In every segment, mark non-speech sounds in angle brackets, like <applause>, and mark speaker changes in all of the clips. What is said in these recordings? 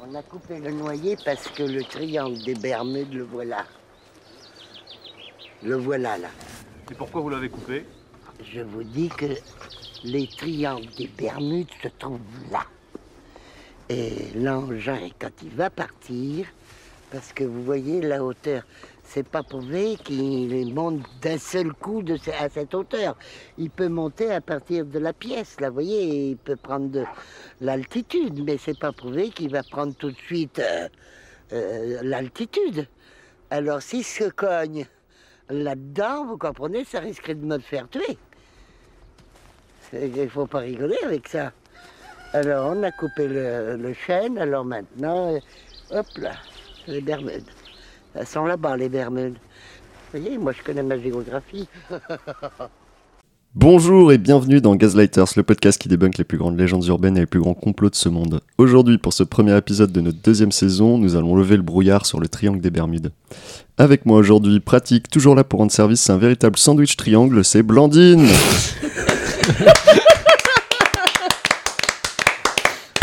Speaker 1: On a coupé le noyer parce que le triangle des Bermudes, le voilà. Le voilà là.
Speaker 2: Et pourquoi vous l'avez coupé
Speaker 1: Je vous dis que les triangles des Bermudes se trouvent là. Et l'engin, quand il va partir, parce que vous voyez la hauteur, c'est pas prouvé qu'il monte d'un seul coup de, ce- à cette hauteur. Il peut monter à partir de la pièce, là, vous voyez, et il peut prendre de l'altitude, mais c'est pas prouvé qu'il va prendre tout de suite euh, euh, l'altitude. Alors s'il se cogne là-dedans, vous comprenez, ça risquerait de me faire tuer. C'est- Il faut pas rigoler avec ça. Alors on a coupé le, le chêne, alors maintenant, euh, hop là, les Bermudes. Elles sont là-bas, les Bermudes. Vous voyez, moi je connais ma géographie.
Speaker 3: Bonjour et bienvenue dans Gaslighters, le podcast qui débunk les plus grandes légendes urbaines et les plus grands complots de ce monde. Aujourd'hui, pour ce premier épisode de notre deuxième saison, nous allons lever le brouillard sur le triangle des Bermudes. Avec moi aujourd'hui, pratique, toujours là pour rendre service, c'est un véritable sandwich triangle, c'est Blandine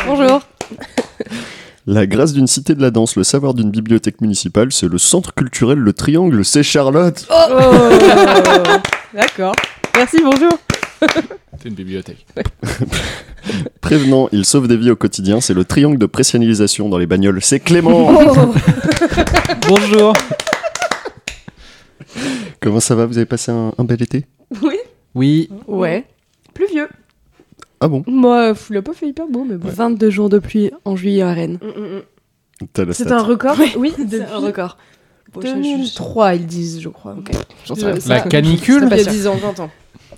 Speaker 4: Bonjour.
Speaker 3: La grâce d'une cité de la danse, le savoir d'une bibliothèque municipale, c'est le centre culturel Le Triangle, c'est Charlotte
Speaker 5: <laughs>
Speaker 4: D'accord. Oh. Merci, bonjour.
Speaker 6: C'est une bibliothèque.
Speaker 3: Prévenant, il sauve des vies au quotidien, c'est le triangle de pressionnisation dans les bagnoles, c'est
Speaker 5: <laughs>
Speaker 3: Clément
Speaker 5: Oh.
Speaker 6: Bonjour.
Speaker 3: Comment ça va, vous avez passé un, un bel été
Speaker 4: Oui.
Speaker 6: Oui,
Speaker 5: Ouais.
Speaker 4: Pluvieux.
Speaker 3: Ah bon
Speaker 5: Moi, euh, il a pas fait hyper beau, mais bon. Mm,
Speaker 4: 22 jours de pluie en juillet à Rennes.
Speaker 3: T'as la
Speaker 5: <laughs> C'est
Speaker 3: stat.
Speaker 5: un record Oui,
Speaker 4: C'est
Speaker 5: depuis
Speaker 4: un record. Bon, je- je-
Speaker 5: 2003, ils disent, je crois.
Speaker 4: Ok.
Speaker 5: J'en
Speaker 4: sais rien.
Speaker 6: La canicule
Speaker 5: Il y a 10 ans, 20 ans.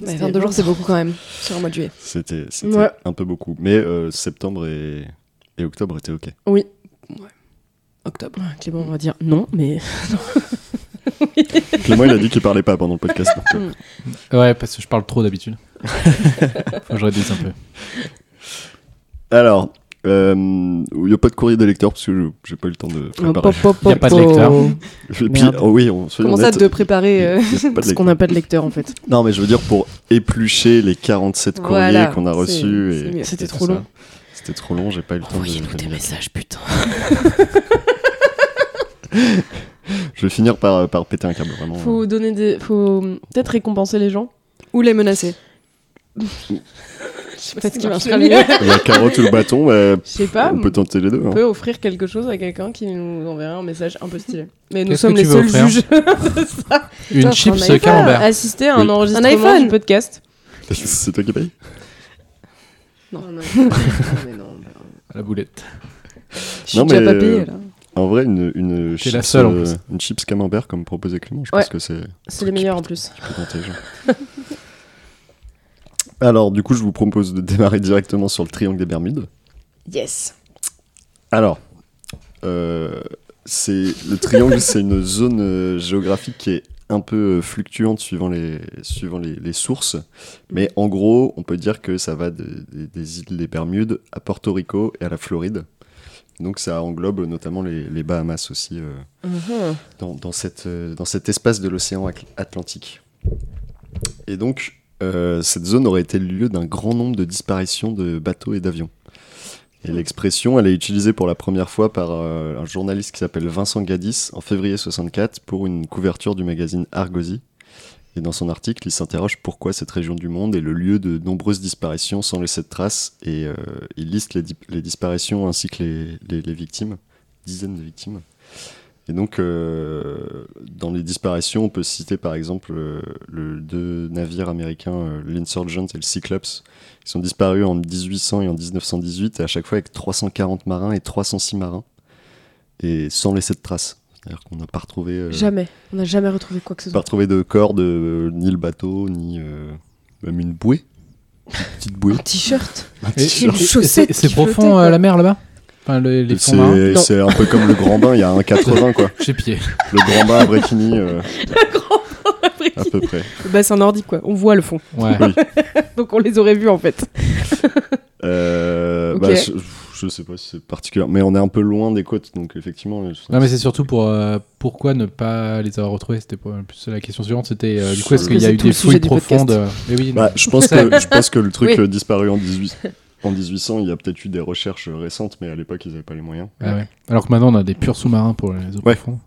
Speaker 4: Mais 22 jours, c'est beaucoup quand même. Sur un mois de juillet.
Speaker 3: C'était c'était
Speaker 5: Ouais.
Speaker 3: un peu beaucoup. Mais euh, septembre et, et octobre étaient OK.
Speaker 4: Octobre.
Speaker 5: Clément, on va dire non, mais.
Speaker 3: Clément, il a dit qu'il parlait pas pendant le podcast. <laughs> donc, euh,
Speaker 6: Ouais, parce que je parle trop d'habitude. Faut que je réduise un peu.
Speaker 3: Alors, euh, il n'y a pas de courrier des lecteurs parce que je- j'ai pas eu le temps de préparer.
Speaker 6: Il Ah, y a pas de lecteur.
Speaker 3: Et puis,
Speaker 6: Merde.
Speaker 3: oh oui, on se fait
Speaker 4: Comment ça,
Speaker 3: honnête,
Speaker 4: de préparer euh,
Speaker 3: il y a pas de
Speaker 5: <laughs> Parce
Speaker 3: lecteur.
Speaker 5: qu'on n'a pas de lecteur, en fait.
Speaker 3: Non, mais je veux dire pour éplucher les 47 courriers
Speaker 4: Voilà,
Speaker 3: qu'on a
Speaker 4: c'est-
Speaker 3: reçus.
Speaker 4: c'est
Speaker 3: et-
Speaker 4: mieux.
Speaker 3: et
Speaker 5: C'était
Speaker 3: tout
Speaker 5: trop
Speaker 3: ça.
Speaker 5: long.
Speaker 3: C'était trop long, j'ai pas eu le temps
Speaker 5: Envoyez-nous
Speaker 3: de.
Speaker 5: des messages, putain.
Speaker 3: Je vais finir par, par péter un câble, vraiment.
Speaker 5: Faut donner des. Faut euh, peut-être récompenser les gens.
Speaker 4: Ou les menacer.
Speaker 5: Je sais pas ce qui
Speaker 4: Ça
Speaker 5: marchera
Speaker 4: marche
Speaker 5: mieux.
Speaker 4: mieux.
Speaker 3: La carotte ou le bâton, bah,
Speaker 5: Je sais pas.
Speaker 3: on peut tenter les deux. hein.
Speaker 5: on peut offrir quelque chose à quelqu'un qui nous enverra un message un peu stylé. Mais nous
Speaker 6: Qu'est-ce
Speaker 5: sommes
Speaker 6: que tu
Speaker 5: les
Speaker 6: veux
Speaker 5: seuls
Speaker 6: offrir
Speaker 5: juges de ça.
Speaker 6: Une
Speaker 4: Putain,
Speaker 6: chips euh,
Speaker 4: j'en avais pas.
Speaker 6: camembert.
Speaker 5: Assister à un
Speaker 3: Oui.
Speaker 5: enregistrement
Speaker 4: Un iPhone.
Speaker 5: du podcast.
Speaker 3: C'est toi qui paye
Speaker 4: Non.
Speaker 5: mais non.
Speaker 6: À La boulette.
Speaker 4: Je suis
Speaker 3: Non,
Speaker 4: déjà
Speaker 3: mais,
Speaker 4: pas payée,
Speaker 3: euh,
Speaker 4: là.
Speaker 3: En vrai, une, une,
Speaker 6: T'es la
Speaker 3: chips,
Speaker 6: seule, en
Speaker 3: euh,
Speaker 6: plus.
Speaker 3: une chips camembert comme proposait Clément, je
Speaker 5: Ouais.
Speaker 3: pense que c'est
Speaker 5: C'est les meilleurs en plus.
Speaker 3: très intelligent. <laughs> Alors, du coup, je vous propose de démarrer directement sur le triangle des Bermudes.
Speaker 5: Yes.
Speaker 3: Alors, euh, c'est le triangle, c'est une zone euh, géographique qui est un peu euh, fluctuante suivant les suivant les, les sources, mais en gros, on peut dire que ça va de- des- des îles des Bermudes à Porto Rico et à la Floride. Donc, ça englobe notamment les, les Bahamas aussi euh,
Speaker 5: Uh-huh.
Speaker 3: dans, dans cette euh, dans cet espace de l'océan Atl- Atlantique. Et donc, euh, cette zone aurait été le lieu d'un grand nombre de disparitions de bateaux et d'avions. Et l'expression, elle est utilisée pour la première fois par euh, un journaliste qui s'appelle Vincent Gadis en février 64 pour une couverture du magazine Argosy. Et dans son article, il s'interroge pourquoi cette région du monde est le lieu de nombreuses disparitions sans laisser de traces. Et euh, il liste les, di- les disparitions ainsi que les, les- les victimes, dizaines de victimes. Et donc, euh, dans les disparitions, on peut citer par exemple euh, le deux navires américains, euh, l'Insurgent et le Cyclops, ils sont disparus en 1800 et en 1918, et à chaque fois avec 340 marins et 306 marins, et sans laisser de traces. C'est-à-dire qu'on n'a pas retrouvé, euh,
Speaker 5: Jamais. On n'a jamais retrouvé quoi que ce
Speaker 3: pas
Speaker 5: soit.
Speaker 3: retrouvé de corps, de, euh, ni le bateau, ni euh, même une bouée. Une petite
Speaker 6: Bah.
Speaker 3: bouée.
Speaker 5: Un <laughs> t-shirt.
Speaker 3: Un
Speaker 6: Et- et-
Speaker 3: t-shirt.
Speaker 6: et-
Speaker 5: chaussette
Speaker 6: C'est c'est
Speaker 5: qui
Speaker 6: profond
Speaker 5: flottait,
Speaker 6: euh,
Speaker 5: quoi.
Speaker 6: la mer là-bas Enfin, le- les fonds marins
Speaker 3: C'est
Speaker 5: Non.
Speaker 3: c'est un peu comme le grand bain, il y a un 80 quoi.
Speaker 6: J'ai pied.
Speaker 3: Le grand bain à Bréquigny, euh, à peu près.
Speaker 5: Bah, c'est un ordi, quoi. On voit le fond.
Speaker 3: <laughs>
Speaker 6: Ouais.
Speaker 3: Oui.
Speaker 5: Donc, on les aurait vus, en fait.
Speaker 3: Euh,
Speaker 5: Ok.
Speaker 3: bah, je, je sais pas si c'est particulier, mais on est un peu loin des côtes, donc effectivement. je-
Speaker 6: Non, mais c'est surtout pour euh, pourquoi ne pas les avoir retrouvés. C'était pas- plus la question suivante. C'était euh, du coup,
Speaker 3: Je
Speaker 6: est-ce
Speaker 3: pense
Speaker 6: qu'il y
Speaker 5: que
Speaker 6: a
Speaker 5: c'est
Speaker 6: eu
Speaker 5: tout le
Speaker 6: des
Speaker 5: sujet
Speaker 6: fouilles
Speaker 5: du podcast.
Speaker 6: <laughs> profondes euh, Mais oui,
Speaker 3: Bah, je pense que je pense que le truc
Speaker 5: Oui.
Speaker 3: euh, disparu en 18 en 1800, il y a peut-être eu des recherches euh, récentes, mais à l'époque, ils n'avaient pas les moyens.
Speaker 6: Ah ouais. Alors que maintenant, on a des purs sous-marins pour les eaux
Speaker 3: Ouais.
Speaker 6: profondes.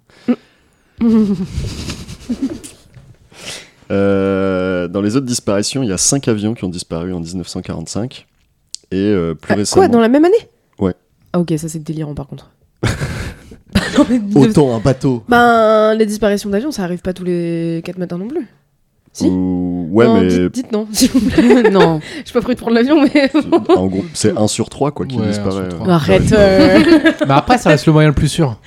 Speaker 3: Euh, dans les autres disparitions, il y a cinq avions qui ont disparu en 1945. Et euh, plus
Speaker 5: Ah,
Speaker 3: récemment.
Speaker 5: quoi, dans la même année
Speaker 3: Ouais.
Speaker 5: Ah, ok, ça c'est délirant par
Speaker 3: <laughs>
Speaker 5: contre. Non, mais de-
Speaker 7: Autant un bateau.
Speaker 5: Ben, les disparitions d'avions, ça arrive pas tous les 4 matins non plus. Si
Speaker 3: Ou- Ouais,
Speaker 5: Non,
Speaker 3: mais
Speaker 5: dites, dites non, s'il vous plaît.
Speaker 3: euh,
Speaker 4: <laughs>
Speaker 5: <laughs>
Speaker 4: non.
Speaker 5: Je suis pas prêt de prendre l'avion,
Speaker 3: <laughs>
Speaker 5: mais.
Speaker 3: en gros, c'est un sur trois quoi qui
Speaker 6: Ouais, un sur
Speaker 3: disparaît.
Speaker 6: trois.
Speaker 3: ouais.
Speaker 5: Arrête,
Speaker 3: Ouais.
Speaker 5: euh, <laughs>
Speaker 6: bah après, ça reste le moyen le plus sûr.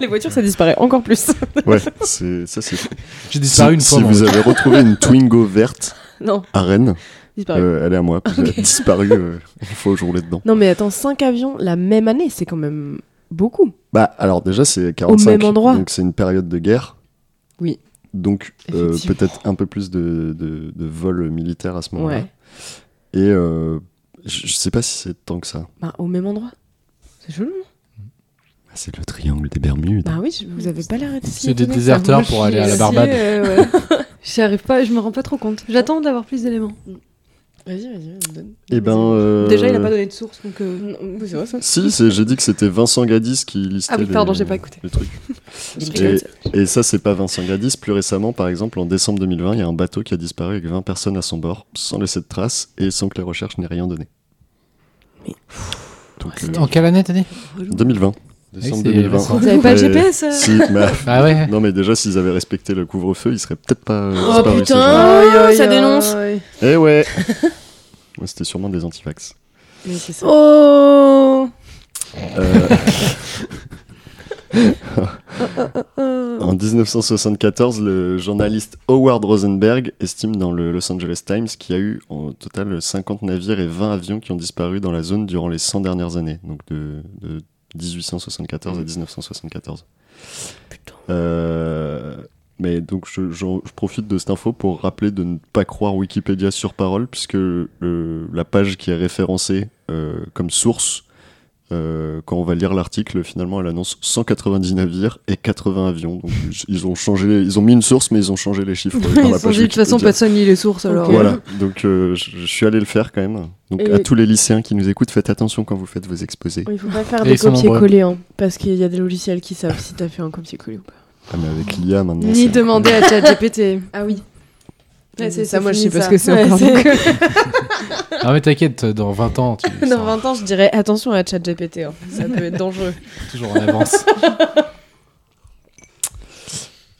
Speaker 5: les voitures ça disparaît
Speaker 3: <laughs>
Speaker 5: encore plus.
Speaker 3: Ouais, c'est ça c'est. fou.
Speaker 6: J'ai
Speaker 3: Si,
Speaker 6: disparu une
Speaker 3: si
Speaker 6: fois. moi.
Speaker 3: vous avez retrouvé une Twingo verte
Speaker 5: <laughs> non,
Speaker 3: à Rennes,
Speaker 5: disparaît.
Speaker 3: euh, elle est à moi. parce qu'elle a disparu euh, une fois où je roulais dedans.
Speaker 5: Non, mais attends, 5 avions la même année, c'est quand même beaucoup.
Speaker 3: Bah alors déjà c'est 45.
Speaker 5: même endroit.
Speaker 3: Donc c'est une période de guerre.
Speaker 5: Oui.
Speaker 3: Donc euh,
Speaker 5: Effectivement.
Speaker 3: peut-être un peu plus de, de, de vols militaires à ce moment-là.
Speaker 5: Ouais.
Speaker 3: Et euh, je je sais pas si c'est tant que ça.
Speaker 5: Bah, au même endroit. C'est chelou. non
Speaker 6: Ah,
Speaker 3: C'est le triangle des Bermudes.
Speaker 5: Bah oui, je- vous avez pas l'air d'être si
Speaker 6: C'est des
Speaker 5: étonnés que ça.
Speaker 6: déserteurs
Speaker 5: Moi,
Speaker 6: pour
Speaker 5: je suis-
Speaker 6: aller à la
Speaker 5: euh,
Speaker 6: Barbade.
Speaker 4: <laughs> J'y arrive pas, je me rends pas trop compte. J'attends d'avoir plus d'éléments.
Speaker 5: Vas-y, vas-y, vas-y, donne.
Speaker 3: Eh ben. euh,
Speaker 4: Déjà, il a pas donné de source, donc. euh,
Speaker 5: Non, C'est vrai ça
Speaker 3: Si, c'est- j'ai dit que c'était Vincent Gadis qui listait
Speaker 4: Ah oui,
Speaker 3: les-
Speaker 4: pardon, j'ai pas écouté.
Speaker 3: les trucs.
Speaker 5: Il
Speaker 3: Et,
Speaker 5: pilote.
Speaker 3: et ça, c'est pas Vincent Gadis. Plus récemment, par exemple, en décembre 2020, il y a un bateau qui a disparu avec 20 personnes à son bord, sans laisser de traces et sans que les recherches n'aient rien donné. Donc, euh,
Speaker 6: En quelle année t'as dit
Speaker 3: 2020. Décembre
Speaker 6: c'est
Speaker 3: 2020.
Speaker 6: Vincent.
Speaker 4: Vous avez pas le
Speaker 3: Et-
Speaker 4: GPS euh <laughs>
Speaker 3: Si, bah,
Speaker 6: Ah ouais.
Speaker 3: non mais déjà s'ils avaient respecté le couvre-feu, ils seraient peut-être pas. euh,
Speaker 5: Oh
Speaker 3: disparus, ces gens-là.
Speaker 5: putain, ça dénonce.
Speaker 3: Eh ouais. <laughs> Ouais, C'était sûrement des antivax.
Speaker 4: Mais c'est ça.
Speaker 5: Oh
Speaker 3: Euh,
Speaker 4: Oh.
Speaker 3: En 1974, le journaliste Howard Rosenberg estime dans le Los Angeles Times qu'il y a eu en total 50 navires et 20 avions qui ont disparu dans la zone durant les 100 dernières années, donc de, de 1874 à 1974. Euh, mais donc je, j'en- je profite de cette info pour rappeler de ne pas croire Wikipédia sur parole, puisque le- la page qui est référencée euh, comme source, euh, quand on va lire l'article, finalement elle annonce 190 navires et 80 avions. Donc ils- ils ont changé, ils ont mis une source, mais ils ont changé les
Speaker 4: <laughs>
Speaker 3: chiffres. euh, dans
Speaker 4: <laughs> Ils
Speaker 3: la
Speaker 4: se sont
Speaker 3: page
Speaker 4: dit, de toute façon,
Speaker 3: Wikipédia.
Speaker 4: personne n'y les sources alors.
Speaker 5: Ok.
Speaker 3: Voilà, donc euh, je, je suis allé le faire quand même. Donc
Speaker 5: Et-
Speaker 3: à tous les lycéens qui nous écoutent, faites attention quand vous faites vos exposés.
Speaker 5: Il faut pas faire
Speaker 6: Et
Speaker 5: des
Speaker 6: ils sont nombreux.
Speaker 5: copier-coller, hein, parce qu'il y a des logiciels qui savent si t'as fait un copier-coller ou pas.
Speaker 3: Ah mais avec l'IA maintenant.
Speaker 4: Ni
Speaker 3: c'est-
Speaker 4: demander à <laughs> ChatGPT.
Speaker 5: Ah oui.
Speaker 4: Ouais, c'est
Speaker 5: ça,
Speaker 4: ça,
Speaker 5: moi je
Speaker 4: fini,
Speaker 5: sais pas
Speaker 4: ça.
Speaker 5: ce que c'est
Speaker 4: Ouais,
Speaker 5: encore.
Speaker 4: c'est-
Speaker 5: <laughs> donc. euh,
Speaker 6: Ah mais t'inquiète, dans 20 ans,
Speaker 5: <laughs>
Speaker 6: tu
Speaker 5: Dans
Speaker 6: seras
Speaker 5: 20 ans, je dirais attention à ChatGPT, hein. ça peut être dangereux.
Speaker 6: toujours en avance.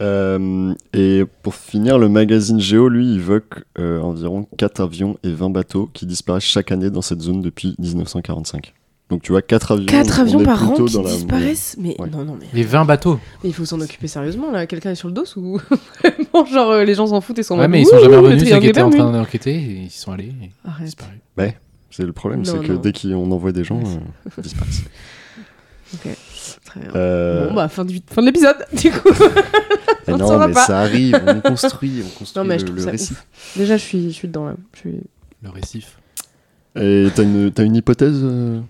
Speaker 3: Euh, et pour finir, le magazine Géo, lui, évoque euh, environ 4 avions et 20 bateaux qui disparaissent chaque année dans cette zone depuis 1945. Donc tu vois, 4 avions,
Speaker 5: <laughs> Quatre
Speaker 3: on
Speaker 5: avions
Speaker 3: est
Speaker 5: par an
Speaker 3: plutôt
Speaker 5: qui
Speaker 3: dans la-
Speaker 5: disparaissent Mais
Speaker 3: Ouais.
Speaker 5: non, non, mais...
Speaker 6: Les 20 bateaux.
Speaker 5: mais il faut s'en occuper sérieusement là. Quelqu'un est sur le dos ou <laughs> vraiment genre euh, les gens s'en foutent et sont. en
Speaker 6: Ouais,
Speaker 5: mode,
Speaker 6: mais ils sont jamais
Speaker 5: Ouh, le
Speaker 6: revenus, ceux
Speaker 5: triangle
Speaker 6: qui
Speaker 5: des
Speaker 6: étaient en train
Speaker 5: Bermudes.
Speaker 6: d'enquêter, et ils sont allés et
Speaker 5: Arrête.
Speaker 6: disparus.
Speaker 3: C'est le problème,
Speaker 5: Non,
Speaker 3: c'est que
Speaker 5: non.
Speaker 3: dès qu'on envoie des gens,
Speaker 5: Ouais,
Speaker 3: euh, ils disparaissent.
Speaker 5: Très bien.
Speaker 3: Euh,
Speaker 5: Bon bah fin, du- fin de l'épisode <laughs> du coup.
Speaker 3: eh
Speaker 5: on
Speaker 3: non,
Speaker 5: saura
Speaker 3: mais
Speaker 5: pas.
Speaker 3: ça arrive,
Speaker 5: <laughs>
Speaker 3: on construit, on construit
Speaker 5: Non, mais
Speaker 3: le,
Speaker 5: je trouve
Speaker 3: le
Speaker 5: ça
Speaker 3: récit.
Speaker 5: Déjà je suis je suis dedans là. Je suis...
Speaker 6: Le récif.
Speaker 3: Et t'as une, t'as une hypothèse euh,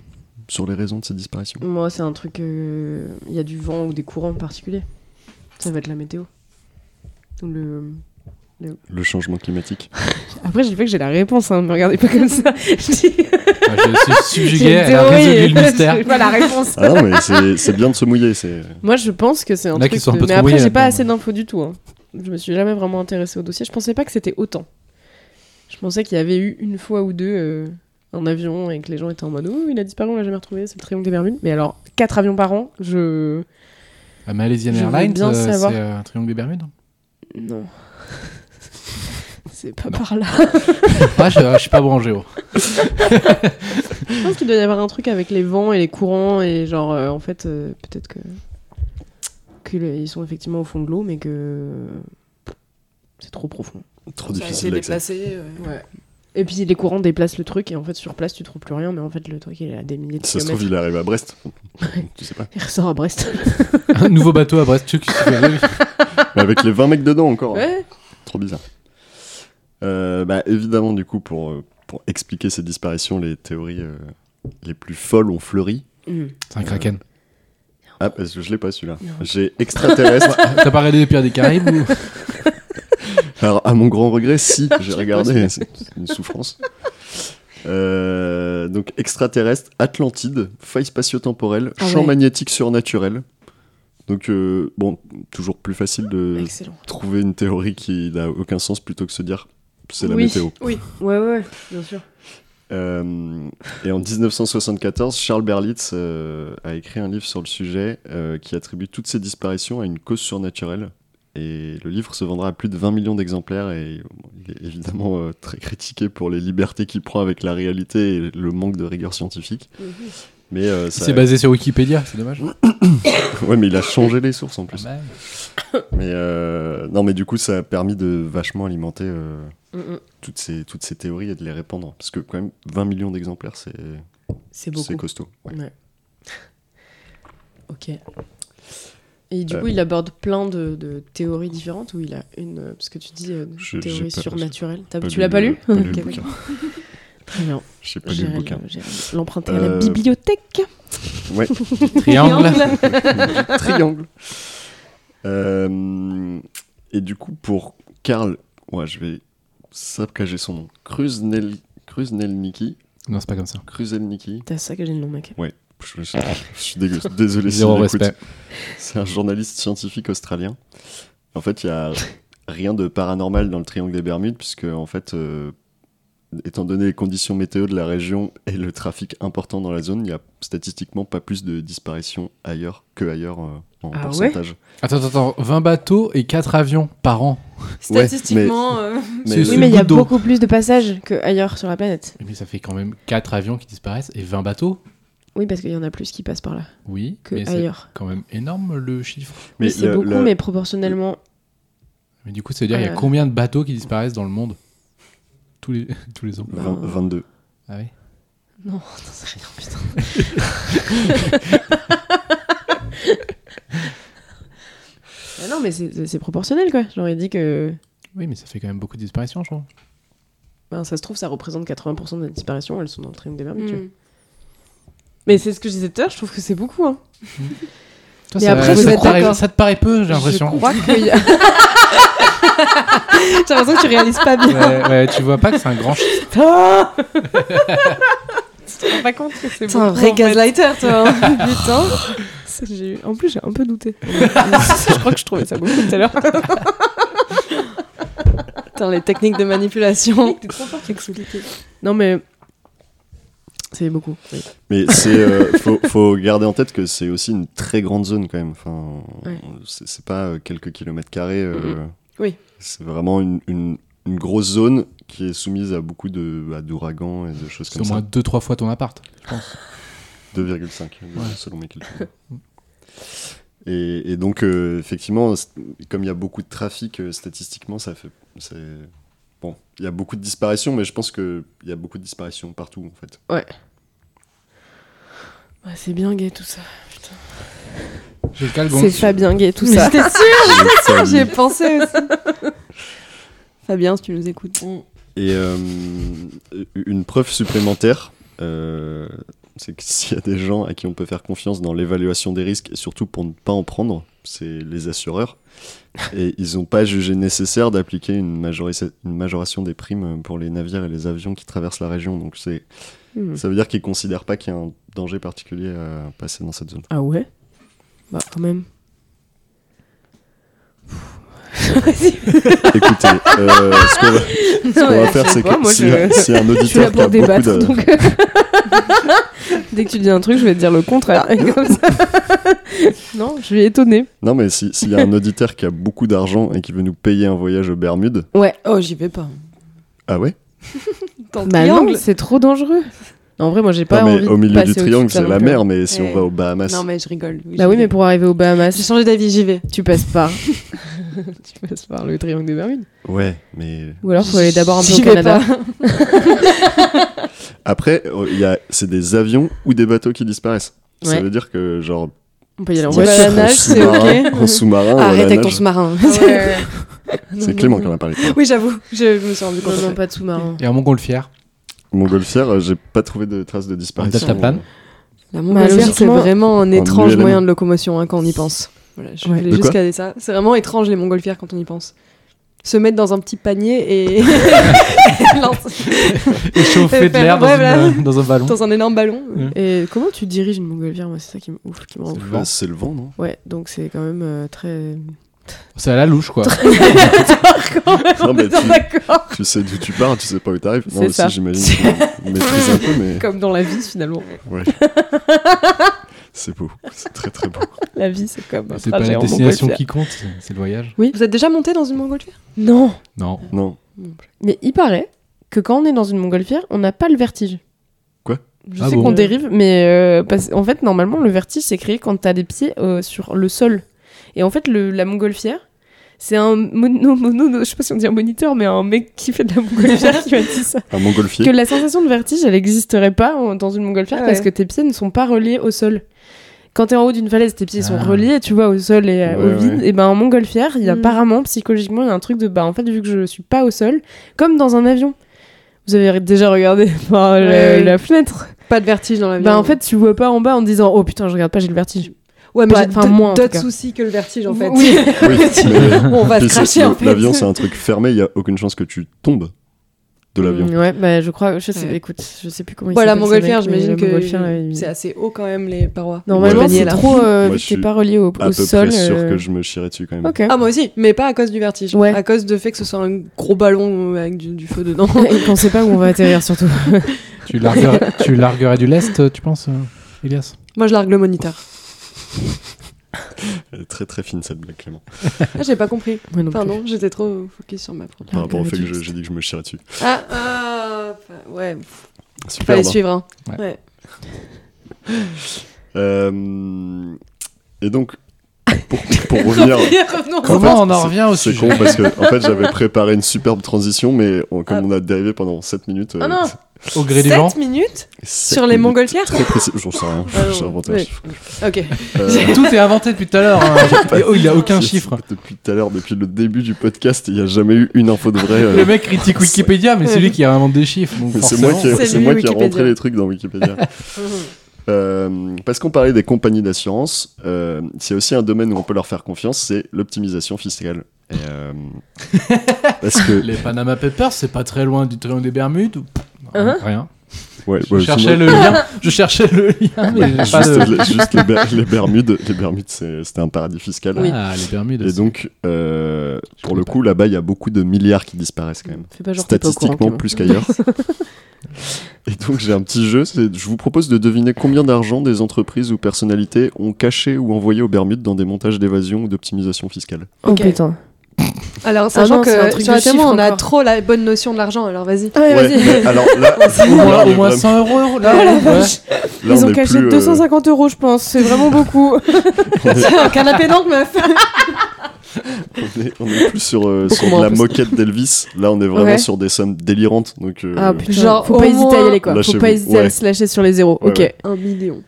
Speaker 3: sur les raisons de ces disparitions
Speaker 5: Moi c'est un truc. euh, Il y a du vent ou des courants particuliers. Ça va être la météo. Ou le.
Speaker 3: Le changement
Speaker 5: <laughs>
Speaker 3: climatique
Speaker 5: Après j'ai fait que j'ai la réponse. Hein. Me regardez pas
Speaker 6: <laughs>
Speaker 5: comme ça. Je dis.
Speaker 6: Ah, je suis subjugué,
Speaker 5: <laughs> j'ai une
Speaker 6: elle a
Speaker 5: théorie.
Speaker 6: résolu le
Speaker 5: J'ai
Speaker 6: mystère.
Speaker 5: pas
Speaker 4: <laughs>
Speaker 5: la réponse.
Speaker 3: Ah non, mais c'est c'est bien de se mouiller, c'est...
Speaker 5: Moi, je pense que c'est un
Speaker 6: Là,
Speaker 5: truc.
Speaker 6: qui sont un
Speaker 5: de-
Speaker 6: peu
Speaker 5: Mais
Speaker 6: trop
Speaker 5: après,
Speaker 6: mouillés
Speaker 5: j'ai pas
Speaker 6: là-dedans,
Speaker 5: assez
Speaker 6: ouais.
Speaker 5: d'infos du tout. hein. Je me suis jamais vraiment intéressée au dossier. Je pensais pas que c'était autant. Je pensais qu'il y avait eu une fois ou deux euh, un avion et que les gens étaient en mode Oh, il a disparu, on l'a jamais retrouvé, c'est le triangle des Bermudes. Mais alors, quatre avions par an, je.
Speaker 6: La Malaysian
Speaker 5: <laughs> Je veux
Speaker 6: Airlines,
Speaker 5: bien
Speaker 6: euh,
Speaker 5: savoir.
Speaker 6: c'est euh, un triangle des Bermudes. <laughs>
Speaker 5: Non. <laughs> c'est pas par là.
Speaker 6: Ah, je, je suis pas bon en géo. <laughs>
Speaker 5: Je pense qu'il doit y avoir un truc avec les vents et les courants et genre, euh, en fait, euh, peut-être que. qu'ils sont effectivement au fond de l'eau, mais que. C'est trop profond.
Speaker 3: Trop difficile d'accès.
Speaker 5: Ouais. Et puis les courants déplacent le truc et en fait sur place tu trouves plus rien mais en fait le truc il est à des milliers de
Speaker 3: Ça se trouve,
Speaker 5: kilomètres.
Speaker 3: il arrive à Brest. tu sais pas.
Speaker 5: <laughs> Il ressort à Brest.
Speaker 6: Un nouveau bateau à Brest, tu sais que c'est-
Speaker 3: Mais avec les 20 mecs dedans encore. hein.
Speaker 5: Ouais.
Speaker 3: Trop bizarre. Euh, bah, évidemment, du coup, pour, euh, pour expliquer ces disparitions, les théories euh, les plus folles ont fleuri.
Speaker 6: c'est un kraken.
Speaker 3: Ah, parce que je l'ai pas celui-là.
Speaker 5: Non.
Speaker 3: J'ai extraterrestre.
Speaker 5: <laughs> Euh.
Speaker 6: <laughs> T'as pas regardé les Pierres des Caraïbes ou...
Speaker 3: Alors, à mon grand regret, si, j'ai
Speaker 5: <laughs> l'ai pas
Speaker 3: regardé. C'est une souffrance. Euh, donc extraterrestre, Atlantide, faille spatio-temporelle,
Speaker 5: Ah
Speaker 3: champ
Speaker 5: ouais.
Speaker 3: magnétique surnaturel. Donc euh, bon, toujours plus facile de
Speaker 5: Excellent.
Speaker 3: trouver une théorie qui n'a aucun sens plutôt que se dire c'est la
Speaker 5: oui,
Speaker 3: météo.
Speaker 5: Oui, ouais, ouais, bien sûr.
Speaker 3: Euh, et en 1974, Charles Berlitz euh, a écrit un livre sur le sujet euh, qui attribue toutes ces disparitions à une cause surnaturelle. Et le livre se vendra à plus de 20 millions d'exemplaires et bon, il est évidemment euh, très critiqué pour les libertés qu'il prend avec la réalité et le manque de rigueur scientifique. Mais, euh, ça-
Speaker 6: C'est basé sur Wikipédia, c'est dommage.
Speaker 3: ouais, mais il a changé les sources en plus.
Speaker 6: Ah bah.
Speaker 3: Mais euh, non, mais du coup, ça a permis de vachement alimenter euh,
Speaker 5: Mm, mm.
Speaker 3: toutes, ces, toutes ces théories et de les répandre. Parce que quand même, 20 millions d'exemplaires, c'est
Speaker 5: C'est
Speaker 3: c'est
Speaker 5: beaucoup.
Speaker 3: costaud. ouais.
Speaker 5: <laughs> Ok. Et du
Speaker 3: Euh,
Speaker 5: coup, il aborde plein de, de théories différentes ou il a une. euh, Parce que tu dis euh,
Speaker 3: Je- j'ai
Speaker 5: théorie
Speaker 3: pas-
Speaker 5: surnaturelle. T'as-
Speaker 3: Pas
Speaker 5: tu l'as pas lu
Speaker 3: Pas lu
Speaker 5: Ok,
Speaker 3: le
Speaker 5: d'accord.
Speaker 3: bouquin.
Speaker 5: Très bien.
Speaker 3: J'ai pas lu
Speaker 5: J'irai
Speaker 3: le bouquin.
Speaker 5: le- j'irai l'emprunter à la
Speaker 3: Euh,
Speaker 5: bibliothèque.
Speaker 3: Ouais,
Speaker 6: Triangle.
Speaker 3: <laughs> triangle. Euh, et du coup, pour Karl, ouais, je vais saccager son nom. Kruznel, Kruznelniki.
Speaker 6: Non, c'est pas comme ça.
Speaker 3: Kruznelniki.
Speaker 5: T'as ça que j'ai le nom, mec.
Speaker 3: Je, je- je suis dégueu-
Speaker 5: <laughs>
Speaker 3: désolé si
Speaker 6: Zéro
Speaker 3: il écoute.
Speaker 6: respect.
Speaker 3: C'est un journaliste scientifique australien. En fait, il n'y a rien de paranormal dans le triangle des Bermudes, puisque, en fait, euh, étant donné les conditions météo de la région et le trafic important dans la zone, il n'y a statistiquement pas plus de disparitions ailleurs que ailleurs euh, en
Speaker 5: Ah ouais
Speaker 3: pourcentage.
Speaker 6: Attends, attends, attends. 20 bateaux et 4 avions par an.
Speaker 3: Statistiquement,
Speaker 4: euh,
Speaker 3: Mais,
Speaker 6: C'est
Speaker 5: Oui, mais il y a
Speaker 6: goutte d'eau.
Speaker 5: beaucoup plus de passages que ailleurs sur la planète.
Speaker 6: Mais ça fait quand même 4 avions qui disparaissent et 20 bateaux.
Speaker 5: Oui, parce qu'il y en a plus qui passent par là
Speaker 6: Oui,
Speaker 5: que
Speaker 6: mais c'est
Speaker 5: ailleurs.
Speaker 6: quand même énorme le chiffre.
Speaker 3: mais
Speaker 5: Oui, c'est
Speaker 3: le-
Speaker 5: beaucoup,
Speaker 3: le-
Speaker 5: mais proportionnellement.
Speaker 6: Mais du coup, ça veut dire il y a
Speaker 5: Euh.
Speaker 6: combien de bateaux qui disparaissent dans le monde tous les, <laughs> tous les ans.
Speaker 5: Bah.
Speaker 3: vingt- 22.
Speaker 6: Ah oui.
Speaker 5: Non, non, c'est rien, putain. Ah non, <laughs> mais c'est c'est- c'est proportionnel, quoi. J'aurais dit que.
Speaker 6: Oui, mais ça fait quand même beaucoup de disparitions, je crois.
Speaker 5: ben, ça se trouve, ça représente 80% des disparitions, elles sont dans le triangle des Bermudes. tu vois.
Speaker 4: hmm.
Speaker 5: Mais c'est ce que je disais tout à l'heure, je trouve que c'est beaucoup. Hein.
Speaker 6: Toi,
Speaker 5: Mais
Speaker 6: ça,
Speaker 5: après,
Speaker 6: ça
Speaker 5: vous
Speaker 6: te
Speaker 5: êtes
Speaker 6: paraît,
Speaker 5: d'accord.
Speaker 6: ça te paraît peu, j'ai l'impression.
Speaker 5: Je crois qu'il y a. <laughs> J'ai l'impression que tu réalises pas bien.
Speaker 6: Ouais, ouais, tu vois pas que c'est un grand chiffre.
Speaker 5: Putain Tu te rends pas compte que c'est
Speaker 4: T'es un vrai
Speaker 5: beaucoup, en fait. Oh.
Speaker 4: gaslighter, toi.
Speaker 5: <laughs>
Speaker 4: hein.
Speaker 5: Putain Ça, j'ai eu- En plus, j'ai un peu <laughs> douté. je crois que je trouvais ça beaucoup tout à l'heure.
Speaker 4: Putain, les techniques de manipulation.
Speaker 5: Non, mais. C'est beaucoup. oui.
Speaker 3: Mais c'est
Speaker 5: <laughs>
Speaker 3: euh, faut, faut garder en tête que c'est aussi une très grande zone quand même. Enfin,
Speaker 5: Ouais.
Speaker 3: c'est c'est pas euh, quelques kilomètres carrés. euh,
Speaker 5: Oui.
Speaker 3: C'est vraiment une, une- une grosse zone qui est soumise à beaucoup de bah, d'ouragans et de choses
Speaker 6: C'est
Speaker 3: comme
Speaker 6: au moins
Speaker 3: ça.
Speaker 6: 2-3 fois ton appart.
Speaker 3: 2,5 euh,
Speaker 6: Ouais.
Speaker 3: selon mes calculs.
Speaker 6: <laughs>
Speaker 3: Et, et donc euh, effectivement, c'est- comme il y a beaucoup de trafic euh, statistiquement, ça fait c'est- bon. Il y a beaucoup de disparitions, mais je pense que il y a beaucoup de disparitions partout en fait.
Speaker 5: Ouais, c'est bien gay tout ça.
Speaker 6: J'ai le calbon.
Speaker 5: c'est pas bien gay tout
Speaker 4: Mais
Speaker 5: ça.
Speaker 4: j'étais
Speaker 5: <laughs>
Speaker 4: sûre,
Speaker 5: Ah,
Speaker 3: Ça,
Speaker 4: j'y ai
Speaker 3: oui.
Speaker 4: pensé aussi. <laughs> Fabien, si tu nous écoutes.
Speaker 3: Et euh, une preuve supplémentaire, euh, c'est que <laughs> s'il y a des gens à qui on peut faire confiance dans l'évaluation des risques, et surtout pour ne pas en prendre, c'est les
Speaker 5: <laughs>
Speaker 3: assureurs. Et ils n'ont pas jugé nécessaire d'appliquer une, majorisa- une majoration des primes pour les navires et les avions qui traversent la région. Donc c'est,
Speaker 5: Hmm.
Speaker 3: ça veut dire qu'ils considèrent pas qu'il y a un danger particulier à passer dans cette zone.
Speaker 5: Ah ouais Bah, quand même. <laughs>
Speaker 3: Écoutez, euh, ce qu'on va, ce qu'on va faire, c'est
Speaker 5: pas,
Speaker 3: que
Speaker 5: moi,
Speaker 3: si,
Speaker 5: je-
Speaker 3: si un
Speaker 5: Je suis
Speaker 3: auditeur
Speaker 5: là
Speaker 3: qui
Speaker 5: pour
Speaker 3: a beaucoup
Speaker 5: débattre,
Speaker 3: de...
Speaker 5: donc. <laughs> Dès que tu dis un truc, je vais te dire le contraire. Et comme <laughs> ça- non, je suis étonnée.
Speaker 3: Non, mais si- s'il y a un auditeur qui a beaucoup d'argent et qui veut nous payer un voyage aux Bermudes,
Speaker 5: Ouais.
Speaker 4: Oh, j'y vais pas.
Speaker 3: ah ouais
Speaker 4: Dans le
Speaker 5: Bah non,
Speaker 4: triangle.
Speaker 5: mais c'est trop dangereux. En vrai, moi, j'ai pas
Speaker 3: Non, mais
Speaker 5: envie
Speaker 3: au
Speaker 5: de
Speaker 3: milieu
Speaker 5: passer
Speaker 3: du
Speaker 5: au-dessus
Speaker 3: triangle,
Speaker 5: de ça
Speaker 3: c'est
Speaker 5: non
Speaker 3: la
Speaker 5: plus.
Speaker 3: mer, mais si on
Speaker 4: Eh.
Speaker 3: va aux Bahamas.
Speaker 4: Non, mais je rigole. oui, j'y
Speaker 5: Bah oui,
Speaker 4: vais.
Speaker 5: mais pour arriver aux
Speaker 4: J'ai
Speaker 5: Bahamas,
Speaker 4: changé d'avis, j'y vais.
Speaker 5: tu passes <laughs> par. tu passes par le triangle des Bermudes.
Speaker 3: Ouais, mais.
Speaker 5: Ou alors, faut aller d'abord un peu
Speaker 4: J'y
Speaker 5: au
Speaker 4: vais
Speaker 5: Canada.
Speaker 4: pas.
Speaker 3: Après, euh, il y a... c'est des avions ou des bateaux qui disparaissent. Ça
Speaker 5: Ouais.
Speaker 3: veut dire que, genre.
Speaker 5: On peut y aller en
Speaker 3: en
Speaker 5: voiture.
Speaker 4: va à la
Speaker 3: en
Speaker 4: nage,
Speaker 5: <laughs>
Speaker 4: c'est
Speaker 3: sous-marin-
Speaker 4: ok.
Speaker 3: En sous-marin, ou à
Speaker 4: Arrête
Speaker 3: la
Speaker 4: avec ton
Speaker 3: nage.
Speaker 4: sous-marin. <laughs>
Speaker 3: C'est Clément qui en a parlé.
Speaker 4: oui, j'avoue, je me suis rendu compte.
Speaker 5: Non, non, pas de sous-marin.
Speaker 6: Et en montgolfière,
Speaker 3: Montgolfière, euh, j'ai pas trouvé de traces de
Speaker 6: en
Speaker 3: disparition. Euh,
Speaker 6: deltaplane.
Speaker 5: Bah,
Speaker 4: La montgolfière, c'est
Speaker 5: Malheureusement,
Speaker 4: vraiment un
Speaker 3: nuit
Speaker 4: étrange
Speaker 3: à la
Speaker 4: moyen de locomotion hein, quand on y pense. Voilà, je
Speaker 5: Ouais.
Speaker 4: voulais
Speaker 3: De
Speaker 4: juste
Speaker 3: quoi
Speaker 4: caler ça. C'est vraiment étrange les montgolfières quand on y pense. se mettre dans un
Speaker 3: <laughs>
Speaker 4: petit panier et <laughs> lancer
Speaker 6: Et chauffer de
Speaker 4: faire-
Speaker 6: l'air dans,
Speaker 4: ouais,
Speaker 6: une,
Speaker 4: voilà.
Speaker 6: euh, dans un ballon.
Speaker 4: dans un énorme ballon.
Speaker 5: Et comment tu diriges une montgolfière Moi, c'est ça qui me ouf, qui me rend
Speaker 6: C'est
Speaker 5: ouf.
Speaker 6: bon.
Speaker 3: Bah, c'est le vent, non
Speaker 5: Ouais, donc c'est quand même euh, très.
Speaker 6: C'est à la louche,
Speaker 5: <laughs>
Speaker 6: quoi.
Speaker 5: quand même,
Speaker 3: Non,
Speaker 5: on
Speaker 3: mais
Speaker 5: est en
Speaker 3: tu-
Speaker 5: accord.
Speaker 3: Tu sais d'où tu pars, tu sais pas où t'arrives.
Speaker 5: C'est
Speaker 3: Moi aussi,
Speaker 5: ça.
Speaker 3: j'imagine que je maîtrise un peu,
Speaker 5: <laughs>
Speaker 3: mais
Speaker 5: Comme dans la vie, finalement.
Speaker 3: ouais. c'est beau, c'est très très beau.
Speaker 5: La vie, c'est
Speaker 3: Bah,
Speaker 5: comme. un
Speaker 6: C'est pas
Speaker 5: trajet
Speaker 6: la
Speaker 5: en
Speaker 6: destination
Speaker 5: montgolfière.
Speaker 6: qui compte, c'est- c'est le voyage.
Speaker 4: Vous êtes déjà monté dans une montgolfière
Speaker 5: Non
Speaker 6: Non.
Speaker 3: Non,
Speaker 5: Mais il paraît que quand on est dans une montgolfière, on n'a pas le vertige.
Speaker 3: Quoi
Speaker 5: Je
Speaker 6: Ah
Speaker 5: sais
Speaker 6: bon
Speaker 5: qu'on dérive, mais euh, parce- en fait, normalement, le vertige, c'est créé quand t'as les pieds euh, sur le sol. Et en fait, le- la montgolfière, c'est un mono, mono- je sais pas si on dit un moniteur, mais un mec qui fait de la montgolfière qui m'a dit ça.
Speaker 3: un
Speaker 5: Que
Speaker 3: montgolfier.
Speaker 5: la sensation de vertige, elle n'existerait pas en- dans une montgolfière
Speaker 4: Ah
Speaker 5: parce
Speaker 4: ouais.
Speaker 5: que tes pieds ne sont pas reliés au sol. Quand t'es en haut d'une falaise, tes pieds sont
Speaker 6: Ah.
Speaker 5: reliés, tu vois, au sol et euh,
Speaker 3: Ouais,
Speaker 5: au vide.
Speaker 3: ouais.
Speaker 5: Et ben en montgolfière, il y a
Speaker 4: Hmm.
Speaker 5: apparemment psychologiquement il y a un truc de bah en fait vu que je suis pas au sol, comme dans un avion. Vous avez déjà regardé <laughs> par le-
Speaker 4: Ouais, ouais.
Speaker 5: la fenêtre.
Speaker 4: Pas de vertige dans la vie. hein.
Speaker 5: Bah en fait tu vois pas en bas en disant oh putain je regarde pas j'ai le vertige.
Speaker 4: ouais, mais
Speaker 5: bah,
Speaker 4: j'ai
Speaker 5: enfin,
Speaker 4: d-
Speaker 5: moi, en tout
Speaker 4: d'autres
Speaker 5: cas.
Speaker 4: soucis que le vertige en fait. <laughs>
Speaker 5: Oui.
Speaker 3: Oui, mais-
Speaker 4: Bon, on va se
Speaker 3: Puis c'est-
Speaker 4: cracher en
Speaker 3: le-
Speaker 4: fait.
Speaker 3: L'avion,
Speaker 4: <laughs>
Speaker 3: c'est un truc fermé, il n'y a aucune chance que tu tombes de l'avion.
Speaker 5: Mm, Ouais bah je crois je sais
Speaker 4: Ouais.
Speaker 5: écoute je sais plus comment. il
Speaker 4: Voilà,
Speaker 5: s'appelle, ce
Speaker 4: montgolfière,
Speaker 5: mec, mais
Speaker 4: j'imagine
Speaker 5: la
Speaker 4: que
Speaker 5: montgolfière, il-
Speaker 4: c'est assez haut quand même les parois.
Speaker 5: Normalement
Speaker 3: Ouais,
Speaker 5: c'est
Speaker 4: là.
Speaker 5: trop euh,
Speaker 3: Moi,
Speaker 5: vu
Speaker 3: je
Speaker 5: que t'es
Speaker 3: suis
Speaker 5: pas relié au,
Speaker 3: À
Speaker 5: au
Speaker 3: peu
Speaker 5: sol.
Speaker 3: près sûr
Speaker 5: euh,
Speaker 3: que je me chierais dessus quand même.
Speaker 5: Ok.
Speaker 4: Ah moi aussi, mais pas à cause du vertige.
Speaker 5: Ouais.
Speaker 4: À cause du fait que ce soit un gros ballon avec du, du feu <laughs> dedans.
Speaker 5: <laughs> Et qu'on sait pas où on va atterrir surtout.
Speaker 6: Tu larguerais, tu larguerais du lest, tu penses, euh, Elias
Speaker 4: moi je largue le moniteur.
Speaker 3: Elle est Très très fine cette blague, Clément.
Speaker 4: Ah, j'ai pas compris.
Speaker 5: Moi non plus.
Speaker 4: Pardon, j'étais trop focus sur ma propre.
Speaker 3: Par rapport au fait que
Speaker 5: Larguerais du
Speaker 3: je-
Speaker 5: lest.
Speaker 3: j'ai dit que je me chierais dessus.
Speaker 4: Ah, ah, fa- ouais,
Speaker 3: Super.
Speaker 4: fallait
Speaker 3: bah.
Speaker 4: suivre. Hein.
Speaker 6: <laughs>
Speaker 4: Ouais.
Speaker 6: Ouais.
Speaker 3: Euh, Et donc,
Speaker 4: <laughs>
Speaker 3: pour, pour revenir.
Speaker 4: Revenons.
Speaker 3: En
Speaker 6: Comment
Speaker 3: fait,
Speaker 6: on en
Speaker 3: c'est-
Speaker 6: revient au
Speaker 3: C'est
Speaker 6: sujet
Speaker 3: con parce que en fait
Speaker 4: <laughs>
Speaker 3: j'avais préparé une superbe transition mais on- comme on a dérivé pendant 7 minutes euh,
Speaker 4: Ah non.
Speaker 6: Au gré du vent
Speaker 4: 7 minutes
Speaker 3: sept
Speaker 4: sur les
Speaker 3: minutes,
Speaker 4: montgolfières
Speaker 3: Très précis, j'en sais rien,
Speaker 4: Ah non,
Speaker 3: j'ai inventé un
Speaker 4: ouais.
Speaker 3: chiffre.
Speaker 4: Ok.
Speaker 3: Euh,
Speaker 6: Tout est inventé depuis tout à l'heure. hein. Et oh, il a aucun
Speaker 3: je sais
Speaker 6: chiffre.
Speaker 3: pas, Depuis tout à l'heure, depuis le début du podcast, il n'y a jamais eu une info de vrai. euh,
Speaker 6: Le mec critique Wikipédia, mais c'est lui qui invente des chiffres. Donc
Speaker 3: mais c'est
Speaker 6: forcément,
Speaker 3: moi qui,
Speaker 4: C'est
Speaker 3: c'est
Speaker 4: lui,
Speaker 3: moi qui ai rentré
Speaker 4: Wikipédia.
Speaker 3: les trucs dans
Speaker 6: <laughs>
Speaker 3: Wikipédia. Euh, parce qu'on parlait des compagnies d'assurance, euh, c'est aussi un domaine où on peut leur faire confiance, c'est l'optimisation fiscale. Et,
Speaker 6: <laughs>
Speaker 3: euh, parce que
Speaker 6: Les Panama Papers, c'est pas très loin du Triangle des Bermudes. ou- Non,
Speaker 4: Hein
Speaker 6: Rien.
Speaker 3: ouais,
Speaker 6: Je
Speaker 3: ouais,
Speaker 6: cherchais
Speaker 3: sinon-
Speaker 6: le lien. Je cherchais le lien, mais j'ai pas
Speaker 3: juste,
Speaker 6: de-
Speaker 3: les, juste les Ber- les Bermudes, les Bermudes, c'est- c'était un paradis fiscal.
Speaker 6: Ah, les Bermudes.
Speaker 3: Et donc, euh,
Speaker 6: Je
Speaker 3: pour
Speaker 6: sais
Speaker 3: le
Speaker 6: pas.
Speaker 3: coup, là-bas, il y a beaucoup de milliards qui disparaissent quand même.
Speaker 5: Fais pas genre que t'es pas au courant,
Speaker 3: Statistiquement
Speaker 5: Clément.
Speaker 3: plus
Speaker 5: <laughs>
Speaker 3: qu'ailleurs. Et donc j'ai un petit jeu, c'est- je vous propose de deviner combien d'argent des entreprises ou personnalités ont caché ou envoyé aux Bermudes dans des montages d'évasion ou d'optimisation fiscale.
Speaker 5: Oh
Speaker 4: Ok.
Speaker 5: putain.
Speaker 4: <laughs> Alors, sachant
Speaker 5: non, c'est un
Speaker 4: que
Speaker 5: truc
Speaker 4: sur
Speaker 5: de
Speaker 4: la table,
Speaker 5: chiffre
Speaker 4: on a
Speaker 5: encore.
Speaker 4: trop la bonne notion de l'argent, alors vas-y.
Speaker 5: Ah ouais, vas-y.
Speaker 3: mais alors là,
Speaker 6: au moins,
Speaker 3: on est
Speaker 6: au moins
Speaker 3: vraiment-
Speaker 6: 100 euros là.
Speaker 5: <laughs> Oh la
Speaker 6: ouais.
Speaker 5: vache.
Speaker 3: là,
Speaker 5: Ils
Speaker 3: on
Speaker 5: ont
Speaker 3: est
Speaker 5: caché
Speaker 3: plus, euh,
Speaker 5: 250 euros, je pense. C'est
Speaker 3: <laughs>
Speaker 5: vraiment beaucoup.
Speaker 4: un canapé d'angle, meuf
Speaker 3: on, est, on est plus sur, euh,
Speaker 5: Beaucoup
Speaker 3: sur de
Speaker 5: moins,
Speaker 3: la
Speaker 5: parce que-
Speaker 3: moquette d'Elvis, là on est vraiment
Speaker 5: Ouais.
Speaker 3: sur des sommes délirantes. Donc, euh,
Speaker 5: Ah putain.
Speaker 4: Genre,
Speaker 5: faut
Speaker 4: au
Speaker 5: pas hésiter à y
Speaker 4: moins-
Speaker 5: aller, quoi. Faut
Speaker 3: Lâchez-vous.
Speaker 5: pas hésiter à
Speaker 3: Ouais.
Speaker 5: le slasher sur les zéros.
Speaker 3: Ouais,
Speaker 5: ok.
Speaker 3: ouais.
Speaker 4: Un million.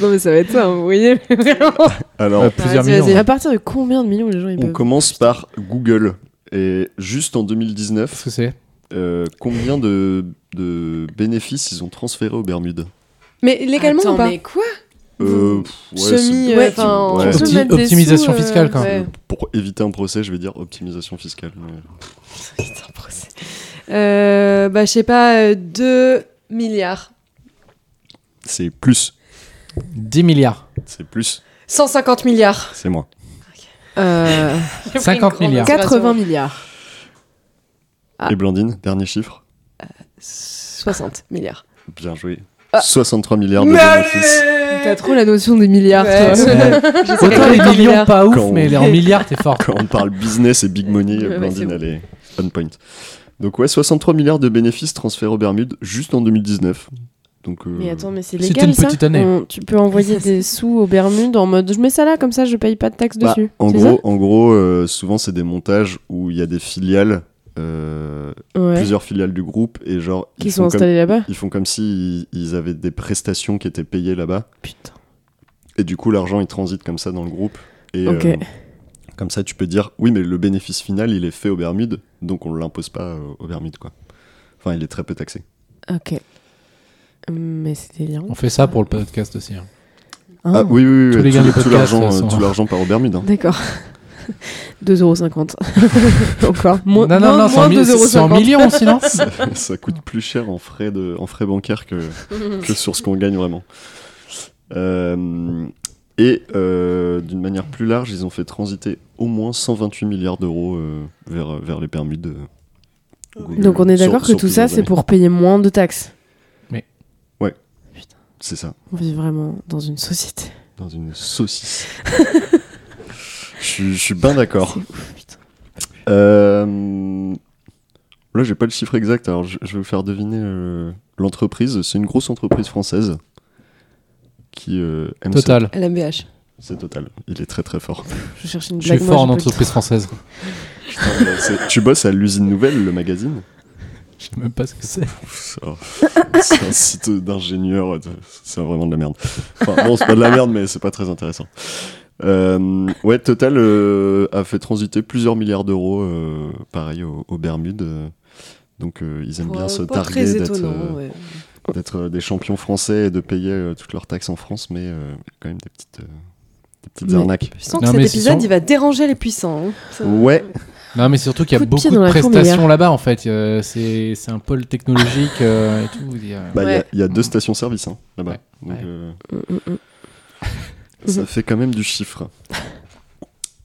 Speaker 5: Non, mais ça va être ça, hein, vous voyez. <laughs> vraiment.
Speaker 3: alors
Speaker 6: Ouais, Euh, plusieurs
Speaker 4: Vas-y, vas-y.
Speaker 6: millions.
Speaker 5: à partir de combien de millions les gens ils
Speaker 3: on
Speaker 5: peuvent.
Speaker 3: commence par Google. Et juste en 2019,
Speaker 6: Qu'est-ce que c'est
Speaker 3: euh, combien de, de bénéfices ils ont transférés aux Bermudes
Speaker 4: Mais légalement
Speaker 5: Attends,
Speaker 4: ou pas
Speaker 5: mais quoi
Speaker 3: Euh, pff, ouais,
Speaker 4: Semi,
Speaker 3: c'est-
Speaker 4: euh,
Speaker 5: Ouais,
Speaker 4: enfin,
Speaker 3: ouais.
Speaker 5: on peut
Speaker 6: Opti-
Speaker 5: mettre des
Speaker 6: optimisation
Speaker 5: sous, euh,
Speaker 6: fiscale, quand
Speaker 4: ouais.
Speaker 6: même.
Speaker 3: Pour éviter un procès, je vais dire optimisation fiscale. mais-
Speaker 4: Putain, procès. Euh, bah, je sais pas, euh, 2 milliards.
Speaker 3: C'est plus.
Speaker 6: 10 milliards.
Speaker 3: C'est plus.
Speaker 4: 150 milliards.
Speaker 3: C'est moins.
Speaker 5: Euh,
Speaker 4: J'ai pris une
Speaker 6: 50
Speaker 4: grande
Speaker 6: milliards.
Speaker 5: 80
Speaker 4: inspiration.
Speaker 5: milliards. Ah.
Speaker 3: Et Blandine, dernier chiffre.
Speaker 4: 60 milliards.
Speaker 3: Bien joué.
Speaker 4: Ah.
Speaker 3: 63 milliards de
Speaker 4: Mais
Speaker 3: bénéfices.
Speaker 5: T'as trop la notion des
Speaker 4: <laughs>
Speaker 5: milliards,
Speaker 4: Ouais.
Speaker 5: toi.
Speaker 6: Ouais. Euh, Autant
Speaker 4: 40
Speaker 6: les millions,
Speaker 4: milliards.
Speaker 6: pas ouf,
Speaker 3: Quand-
Speaker 6: mais les- en milliards, t'es fort.
Speaker 3: Quand on parle business et big money,
Speaker 5: <laughs> Ouais, ouais,
Speaker 3: Blandine,
Speaker 5: c'est
Speaker 3: elle est on point. Donc ouais, 63 milliards de bénéfices transférés aux Bermudes juste en 2019. Donc, euh,
Speaker 5: Mais attends, mais c'est
Speaker 6: C'était
Speaker 5: légal
Speaker 6: une
Speaker 5: ça
Speaker 6: petite année.
Speaker 5: On- Tu peux envoyer des sous aux Bermudes en mode je mets ça là, comme ça je paye pas de taxes
Speaker 3: bah,
Speaker 5: dessus.
Speaker 3: en
Speaker 5: C'est
Speaker 3: gros, en gros euh, souvent c'est des montages où il y a des filiales, euh,
Speaker 5: ça Ouais.
Speaker 3: plusieurs filiales du groupe, et genre
Speaker 5: Qui
Speaker 3: ils,
Speaker 5: sont
Speaker 3: font comme,
Speaker 5: installés là-bas
Speaker 3: ils font comme si ils- ils avaient des prestations qui étaient payées là-bas.
Speaker 5: Putain.
Speaker 3: Et du coup, l'argent, il transite comme ça dans le groupe. Et
Speaker 5: Ok.
Speaker 3: euh, comme ça, tu peux dire, oui, mais le bénéfice final, il est fait aux Bermudes, donc on ne l'impose pas euh, aux Bermudes, quoi. Enfin, il est très peu taxé.
Speaker 5: Ok. Mais c'est délirant.
Speaker 6: On fait ça pour le podcast aussi. hein.
Speaker 5: Ah,
Speaker 3: Ah oui, oui, oui,
Speaker 6: Tous
Speaker 3: oui,
Speaker 6: les gains
Speaker 3: tout-
Speaker 6: du
Speaker 3: tout
Speaker 6: podcast
Speaker 3: l'argent, euh,
Speaker 6: sont-
Speaker 3: tout l'argent part aux Bermudes. hein. <laughs>
Speaker 5: D'accord. <laughs>
Speaker 6: <laughs>
Speaker 5: 2,50€. Encore. Moins,
Speaker 6: non, non,
Speaker 5: moins,
Speaker 6: non, 100,
Speaker 5: moins
Speaker 6: 000, 100
Speaker 5: 2,50€.
Speaker 4: <laughs>
Speaker 6: millions, sinon.
Speaker 3: ça coûte plus cher en frais, de, en frais bancaires que, que sur ce qu'on gagne vraiment. Euh, et euh, d'une manière plus large, ils ont fait transiter au moins 128 milliards d'euros euh, vers, vers les permis de.
Speaker 5: Donc on est d'accord que tout ça, c'est pour payer moins de taxes.
Speaker 3: C'est ça,
Speaker 5: On vit vraiment dans une société.
Speaker 3: dans une
Speaker 5: <laughs>
Speaker 3: saucisse. Je suis- je suis bien d'accord.
Speaker 5: C'est ouf, putain.
Speaker 3: Euh, là, j'ai pas le chiffre exact, alors je, je vais vous faire deviner euh, l'entreprise. C'est une grosse entreprise française qui euh, aime ça.
Speaker 6: Total.
Speaker 4: LMBH.
Speaker 3: C'est total. Il est très très fort.
Speaker 5: Je cherche une
Speaker 6: Je suis
Speaker 5: blague. Bah, moi,
Speaker 6: fort en
Speaker 5: j'ai pas le
Speaker 6: entreprise française.
Speaker 3: C'est- tu bosses à l'usine nouvelle, le magazine
Speaker 6: Je sais même pas ce que c'est.
Speaker 3: Pff, oh, <laughs> C'est un site d'ingénieurs. de- C'est vraiment de la merde. Enfin, non, c'est pas de la merde, mais c'est pas très intéressant. Euh, ouais, Total euh, a fait transiter plusieurs milliards d'euros, euh, pareil, aux, aux Bermudes. euh. Donc euh, ils aiment bien se targuer d'être euh,
Speaker 4: ouais.
Speaker 3: d'être, euh, des champions français et de payer euh, toutes leurs taxes en France, mais euh, quand même des petites, euh, des petites
Speaker 5: Mais-
Speaker 3: arnaques.
Speaker 4: Je sens
Speaker 6: Non,
Speaker 4: que
Speaker 6: mais
Speaker 4: cet
Speaker 6: c'est
Speaker 4: épisode,
Speaker 6: sûr.
Speaker 4: il va déranger les puissants. hein. Ça-
Speaker 3: Ouais,
Speaker 6: <laughs> Non, mais surtout qu'il y a
Speaker 5: Coup de pied
Speaker 6: beaucoup de
Speaker 5: dans la fourmilière.
Speaker 6: prestations là-bas, en fait. Euh, c'est c'est un pôle technologique euh, et tout. Il y a-
Speaker 3: Bah, il y a-
Speaker 5: Ouais.
Speaker 3: il y, a deux stations-service hein, là-bas.
Speaker 6: Ouais,
Speaker 3: Donc,
Speaker 6: ouais.
Speaker 3: euh,
Speaker 5: truc. Mm, mm, mm.
Speaker 3: ça
Speaker 5: Mhm.
Speaker 3: fait quand même du chiffre.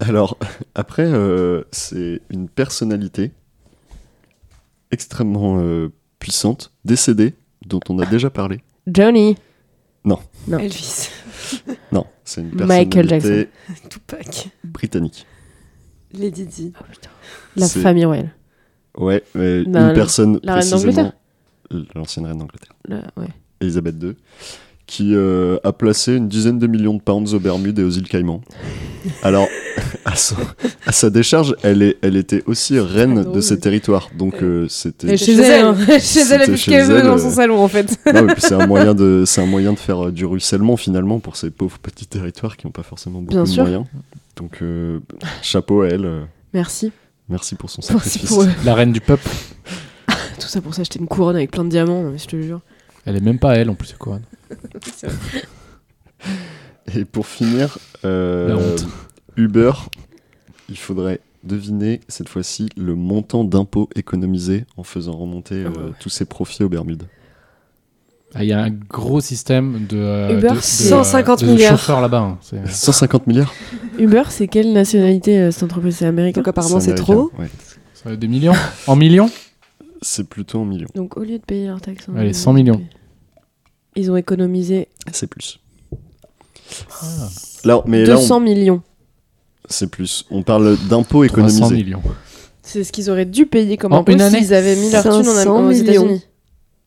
Speaker 3: Alors, <laughs> après, euh, c'est une personnalité extrêmement euh, puissante, décédée, dont on a déjà parlé.
Speaker 5: Johnny.
Speaker 3: Ah.
Speaker 4: Elvis, <laughs>
Speaker 3: Non, c'est une
Speaker 5: Michael
Speaker 3: personnalité
Speaker 4: Tupac,
Speaker 3: britannique.
Speaker 4: Lady Di.
Speaker 5: La
Speaker 3: C'est-
Speaker 5: famille royale.
Speaker 3: Ouais, mais
Speaker 5: Non,
Speaker 3: une
Speaker 5: le-
Speaker 3: personne
Speaker 5: la reine
Speaker 3: précisément... L'ancienne reine d'Angleterre,
Speaker 5: Là, ouais.
Speaker 3: Elisabeth II, qui euh, a placé une dizaine de millions de pounds aux Bermudes et aux îles Caïmans. Alors, <laughs> à, son- à sa décharge, elle, est, elle était aussi reine de
Speaker 4: drôle.
Speaker 3: ces territoires. Donc, euh, c'était.
Speaker 5: Et chez,
Speaker 4: chez
Speaker 5: elle,
Speaker 4: elle.
Speaker 5: hein. chez elle, elle fait ce
Speaker 3: chez
Speaker 5: qu'elle veut
Speaker 3: elle,
Speaker 5: dans
Speaker 3: euh,
Speaker 5: son salon en fait.
Speaker 3: Non, mais puis c'est un moyen de, c'est un moyen de faire euh, du ruissellement finalement pour ces pauvres petits territoires qui n'ont pas forcément beaucoup
Speaker 5: Bien
Speaker 3: de
Speaker 5: sûr.
Speaker 3: moyens. Donc euh, chapeau à elle. euh,
Speaker 5: Merci.
Speaker 3: merci pour son
Speaker 5: Merci
Speaker 3: sacrifice.
Speaker 5: pour euh,
Speaker 6: La reine du peuple.
Speaker 5: tout ça pour s'acheter une couronne avec plein de diamants, non, mais je te le jure.
Speaker 6: Elle est même pas elle, en plus, la couronne.
Speaker 3: Et pour finir, euh,
Speaker 6: La honte.
Speaker 3: Uber, il faudrait deviner cette fois-ci le montant d'impôts économisé en faisant remonter euh,
Speaker 5: Ah ouais, ouais.
Speaker 3: tous ses profits aux Bermudes.
Speaker 6: Ah, Il y a un gros système de. euh,
Speaker 4: Uber,
Speaker 6: de- de-
Speaker 4: 150
Speaker 6: de
Speaker 4: milliards.
Speaker 6: chauffeurs là-bas. hein. C'est-
Speaker 3: 150 milliards
Speaker 5: Uber, c'est quelle nationalité euh, cette entreprise C'est américain.
Speaker 4: Donc apparemment c'est
Speaker 3: américain,
Speaker 4: trop.
Speaker 3: ouais.
Speaker 6: ça va être Des millions En millions
Speaker 3: C'est plutôt en millions.
Speaker 5: Donc au lieu de payer leurs taxes. hein, en
Speaker 6: Allez,
Speaker 5: euros,
Speaker 6: 100 millions.
Speaker 5: Ils ont économisé
Speaker 3: C'est plus. Là, mais là, on-
Speaker 5: 200 millions.
Speaker 3: c'est plus. On parle d'impôts
Speaker 6: 300
Speaker 3: économisés.
Speaker 6: millions.
Speaker 5: C'est ce qu'ils auraient dû payer comme
Speaker 6: En
Speaker 5: impôt
Speaker 6: une année
Speaker 5: s'ils avaient mis leur thune en
Speaker 4: 500
Speaker 5: Am- aux
Speaker 4: millions.
Speaker 5: États-Unis.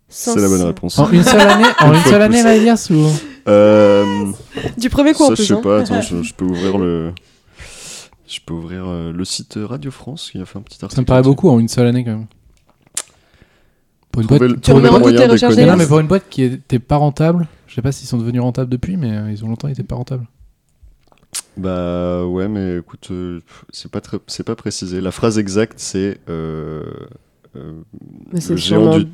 Speaker 3: C'est la bonne réponse.
Speaker 6: En une seule année, en une seule année, Maïlias, ou
Speaker 3: Euh,
Speaker 4: Du premier
Speaker 3: ça,
Speaker 4: coup en
Speaker 3: je
Speaker 4: plus.
Speaker 3: sais
Speaker 4: hein. <laughs>
Speaker 3: pas. Attends, je, je peux ouvrir le. Je peux ouvrir euh, le site Radio France qui a fait un petit article.
Speaker 6: Ça me paraît beaucoup en une seule année, quand même. Pour une boîte.
Speaker 3: Trouver le-
Speaker 4: Tu
Speaker 3: trouver
Speaker 4: remets en
Speaker 3: le
Speaker 4: doute
Speaker 3: moyen
Speaker 4: tes recherches
Speaker 6: Mais
Speaker 3: d'économiser.
Speaker 6: non, mais pour une boîte qui était pas rentable, je sais pas s'ils sont devenus rentables depuis, mais euh, ils ont longtemps été pas rentables.
Speaker 3: Bah ouais, mais écoute, euh, pff, c'est pas très- c'est pas précisé. La phrase exacte, c'est euh, euh,
Speaker 5: Mais
Speaker 3: le
Speaker 5: c'est
Speaker 3: géant
Speaker 5: sûrement
Speaker 3: du.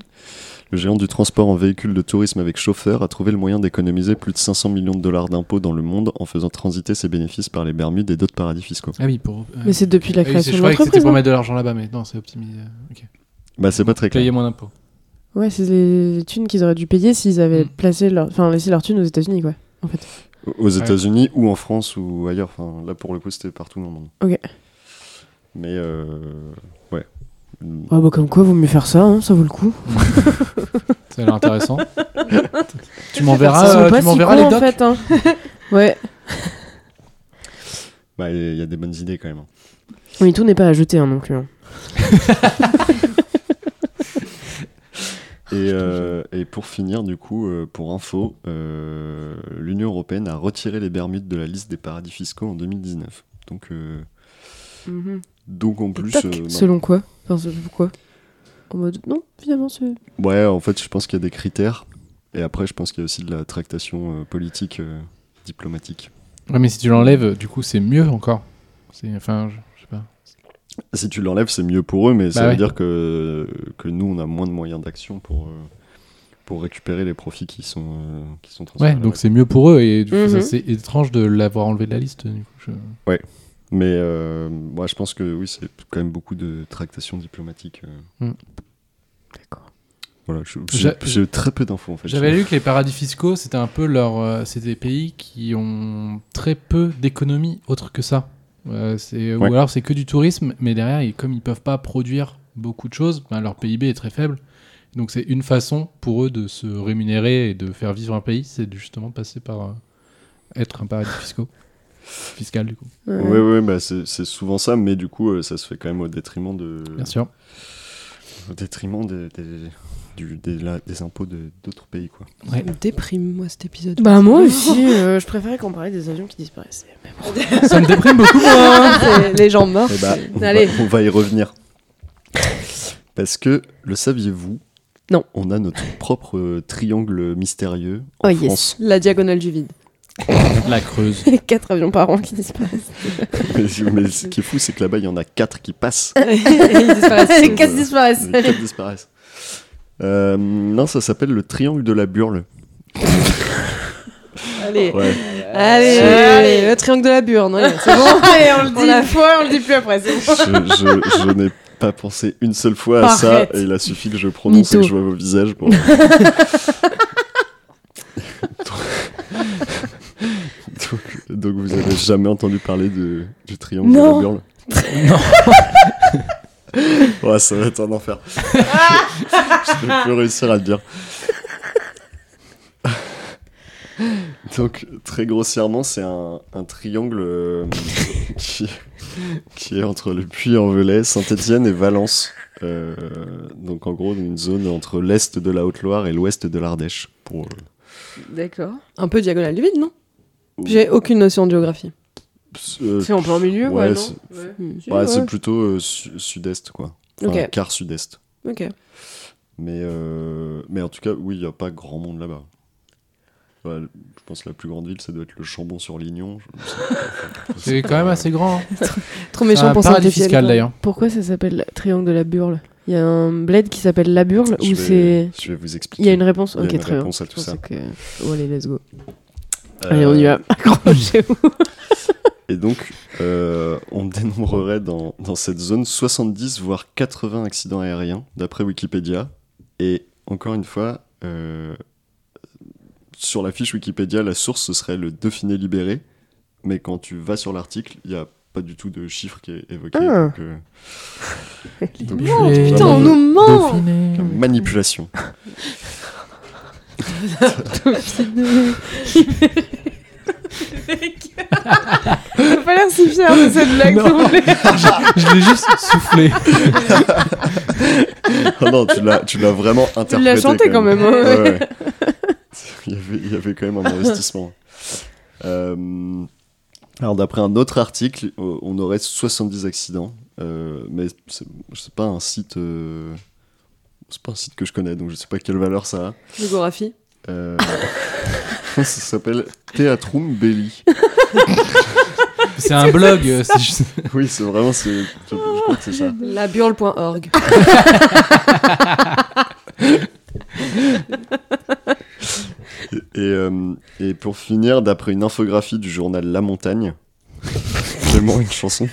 Speaker 3: Le géant du transport en véhicule de tourisme avec chauffeur a trouvé le moyen d'économiser plus de 500 millions de dollars d'impôts dans le monde en faisant transiter ses bénéfices par les Bermudes et d'autres paradis fiscaux.
Speaker 6: Ah oui, pour. euh,
Speaker 5: Mais c'est depuis la
Speaker 6: ah oui, c'est-
Speaker 5: création
Speaker 6: je
Speaker 5: de
Speaker 6: croyais que c'était
Speaker 5: l'entreprise. hein.
Speaker 6: pour
Speaker 5: non
Speaker 6: mettre de l'argent là-bas, mais non, c'est optimisé. Ok.
Speaker 3: Bah c'est pas très clair.
Speaker 6: Payer moins d'impôts.
Speaker 5: Ouais, c'est les les thunes qu'ils auraient dû payer s'ils avaient
Speaker 6: Mm.
Speaker 5: placé leur... enfin, laissé leur thune aux États-Unis, quoi. En fait.
Speaker 3: Aux États-Unis ou en France ou ailleurs. Enfin, là, pour le coup, c'était partout dans le monde.
Speaker 5: Ok.
Speaker 3: Mais euh, ouais.
Speaker 5: Ouais, bah, comme quoi, vaut mieux faire ça, hein, ça vaut le coup.
Speaker 6: Ça a l'air
Speaker 5: <laughs>
Speaker 6: intéressant. tu
Speaker 5: Ils sont
Speaker 6: m'enverras euh,
Speaker 5: pas
Speaker 6: tu
Speaker 5: si
Speaker 6: m'enverras
Speaker 5: cons,
Speaker 6: les
Speaker 5: en
Speaker 6: docs.
Speaker 5: fait, hein. <laughs> ouais.
Speaker 3: Bah, il y a des bonnes idées quand même. hein.
Speaker 5: Mais tout n'est pas à jeter hein, non plus. hein.
Speaker 3: Et, euh, et pour finir, du coup, euh, pour info, euh, l'Union européenne a retiré les Bermudes de la liste des paradis fiscaux en 2019. Donc, euh, donc en plus,
Speaker 5: Tac.
Speaker 3: euh, bah,
Speaker 5: Mhm. Selon quoi Enfin, selon pourquoi En mode, non, finalement, c'est.
Speaker 3: ouais, en fait, je pense qu'il y a des critères. Et après, je pense qu'il y a aussi de la tractation euh, politique, euh, diplomatique.
Speaker 6: Ouais, mais si tu l'enlèves, du coup, c'est mieux encore. C'est enfin, je, je sais pas.
Speaker 3: Si tu l'enlèves, c'est mieux pour eux, mais ça
Speaker 6: Bah
Speaker 3: veut
Speaker 6: ouais.
Speaker 3: dire que, que nous, on a moins de moyens d'action pour, euh, pour récupérer les profits qui sont, euh, qui sont transférés.
Speaker 6: Ouais,
Speaker 3: à la
Speaker 6: donc
Speaker 3: République.
Speaker 6: c'est mieux pour eux et du coup, ça,
Speaker 5: Mhm.
Speaker 6: c'est étrange de l'avoir enlevé de la liste. Du coup, je-
Speaker 3: Mais euh, moi, je pense que oui, c'est quand même beaucoup de tractations diplomatiques. euh.
Speaker 6: Hmm.
Speaker 5: D'accord.
Speaker 3: Voilà, je- j'ai
Speaker 6: J'a-
Speaker 3: j'ai très peu d'infos en fait.
Speaker 6: J'avais lu que les paradis fiscaux, c'était un peu leur. euh, c'est des pays qui ont très peu d'économie autre que ça. Euh, c'est-
Speaker 3: Ouais.
Speaker 6: Ou alors c'est que du tourisme, mais derrière, ils- comme ils peuvent pas produire beaucoup de choses, ben, leur PIB est très faible. Donc c'est une façon pour eux de se rémunérer et de faire vivre un pays, c'est de justement passer par euh, être un paradis fiscaux. fiscal du coup.
Speaker 3: Ouais, ouais, bah c'est c'est souvent ça, mais du coup, euh, ça se fait quand même au détriment de.
Speaker 6: Bien sûr.
Speaker 3: Au détriment des, des, du- des, la- des impôts de- d'autres pays, quoi.
Speaker 6: Ouais.
Speaker 4: me déprime, moi, cet épisode.
Speaker 5: Bah <laughs> moi aussi, euh, je préférais qu'on parlait des avions qui disparaissaient. Mais bon.
Speaker 6: ça me déprime beaucoup moins.
Speaker 4: <laughs> C'est les gens morts.
Speaker 3: Eh bah, on, va,
Speaker 4: Allez.
Speaker 3: on va y revenir. Parce que, le saviez-vous
Speaker 5: Non.
Speaker 3: On a notre propre euh, triangle mystérieux <laughs>
Speaker 5: Oh
Speaker 3: en
Speaker 5: yes,
Speaker 3: France.
Speaker 4: La diagonale du <laughs> vide.
Speaker 6: La Creuse.
Speaker 5: quatre avions par an qui disparaissent.
Speaker 3: Mais, mais ce qui est fou, c'est que là-bas, il y en a quatre qui passent. euh,
Speaker 4: Ils disparaissent.
Speaker 5: Les quatre disparaissent.
Speaker 3: Les quatre disparaissent. Euh, non, ça s'appelle le triangle de la burle.
Speaker 4: Allez,
Speaker 3: Ouais.
Speaker 4: allez,
Speaker 3: C'est-
Speaker 4: allez, le triangle de la burne. hein, ouais, C'est bon.
Speaker 5: Allez, on le
Speaker 4: On
Speaker 5: dit
Speaker 4: a-
Speaker 5: une fois, on le dit plus après. c'est
Speaker 3: Je,
Speaker 5: bon.
Speaker 3: je- je n'ai pas pensé une seule fois à
Speaker 5: Arrête.
Speaker 3: ça, et il a suffi que je prononce et que
Speaker 5: Mytho.
Speaker 3: je vois vos visages pour. donc, donc vous avez jamais entendu parler de, du triangle
Speaker 5: Non.
Speaker 3: de la burle Ouais, ça va être un enfer. je je vais plus réussir à le dire. Donc, très grossièrement, c'est un, un triangle euh, qui, qui est entre le Puy-en-Velay, Saint-Étienne et Valence. Euh, donc, en gros, une zone entre l'est de la Haute-Loire et l'ouest de l'Ardèche. Pour, euh,
Speaker 5: D'accord.
Speaker 4: Un peu diagonale du vide, non J'ai aucune notion de géographie.
Speaker 3: euh,
Speaker 5: C'est en plein milieu,
Speaker 3: ouais,
Speaker 5: ouais, non
Speaker 3: c'est-
Speaker 5: Ouais.
Speaker 4: Hmm.
Speaker 5: Si,
Speaker 3: ouais,
Speaker 5: ouais.
Speaker 3: c'est plutôt euh, su- sud-est, quoi. Enfin,
Speaker 4: Ok.
Speaker 3: quart sud-est.
Speaker 4: Ok.
Speaker 3: Mais, euh, mais en tout cas, oui, il n'y a pas grand monde là-bas. Ouais, je pense que la plus grande ville, ça doit être le Chambon-sur-Lignon. je sais pas.
Speaker 6: <laughs>
Speaker 3: euh,
Speaker 6: C'est quand même assez grand. <laughs> hein.
Speaker 4: Trop
Speaker 6: C'est
Speaker 4: méchant
Speaker 6: un
Speaker 4: pour
Speaker 6: paradis
Speaker 4: Saint-Étienne.
Speaker 6: fiscal d'ailleurs.
Speaker 5: Pourquoi ça s'appelle Triangle de la Burle Il y a un bled qui s'appelle La Burle
Speaker 3: Je
Speaker 5: ou c'est.
Speaker 3: vais, je vais vous expliquer.
Speaker 5: Il y a une réponse
Speaker 3: Il y a
Speaker 5: Ok,
Speaker 3: une
Speaker 5: très bien.
Speaker 3: réponse à
Speaker 5: Je
Speaker 3: tout
Speaker 5: pensais
Speaker 3: ça.
Speaker 5: que- Oh, allez, let's go.
Speaker 3: Euh,
Speaker 5: Allez, on y va.
Speaker 3: <laughs>
Speaker 5: Accrochez-vous.
Speaker 3: Et donc, euh, on dénombrerait dans, dans cette zone 70 voire 80 accidents aériens, d'après Wikipédia. Et encore une fois, euh, sur la fiche Wikipédia, la source, ce serait le Dauphiné libéré. Mais quand tu vas sur l'article, il n'y a pas du tout de chiffre qui est évoqué.
Speaker 5: Ah.
Speaker 3: Donc, euh, donc,
Speaker 6: Libéré.
Speaker 4: Putain, on nous ment
Speaker 6: Dauphiné.
Speaker 3: la manipulation.
Speaker 5: T'as pas l'air si fier de <laughs> cette blague,
Speaker 6: Non.
Speaker 5: s'il vous plaît.
Speaker 6: Je l'ai juste
Speaker 4: <laughs>
Speaker 6: soufflé.
Speaker 3: Ah non, tu l'as, tu l'as vraiment interprété.
Speaker 5: l'as chanté quand même, hein,
Speaker 3: Ouais, <laughs> ouais. il, y avait, il y avait quand même un investissement. Euh, alors, d'après un autre article, euh, on aurait 70 accidents. euh, mais c'est, c'est pas un site. euh, c'est pas un site que je connais, donc je sais pas quelle valeur ça a.
Speaker 4: Géographie.
Speaker 3: Euh, <laughs> ça s'appelle Theatrum Belli.
Speaker 6: C'est un blog. euh, c'est juste-
Speaker 3: Oui, c'est vraiment. C'est, je crois que c'est ça.
Speaker 5: <laughs>
Speaker 4: Laburle.org.
Speaker 3: Et, euh, et pour finir, d'après une infographie du journal La Montagne, <laughs> tellement une chanson.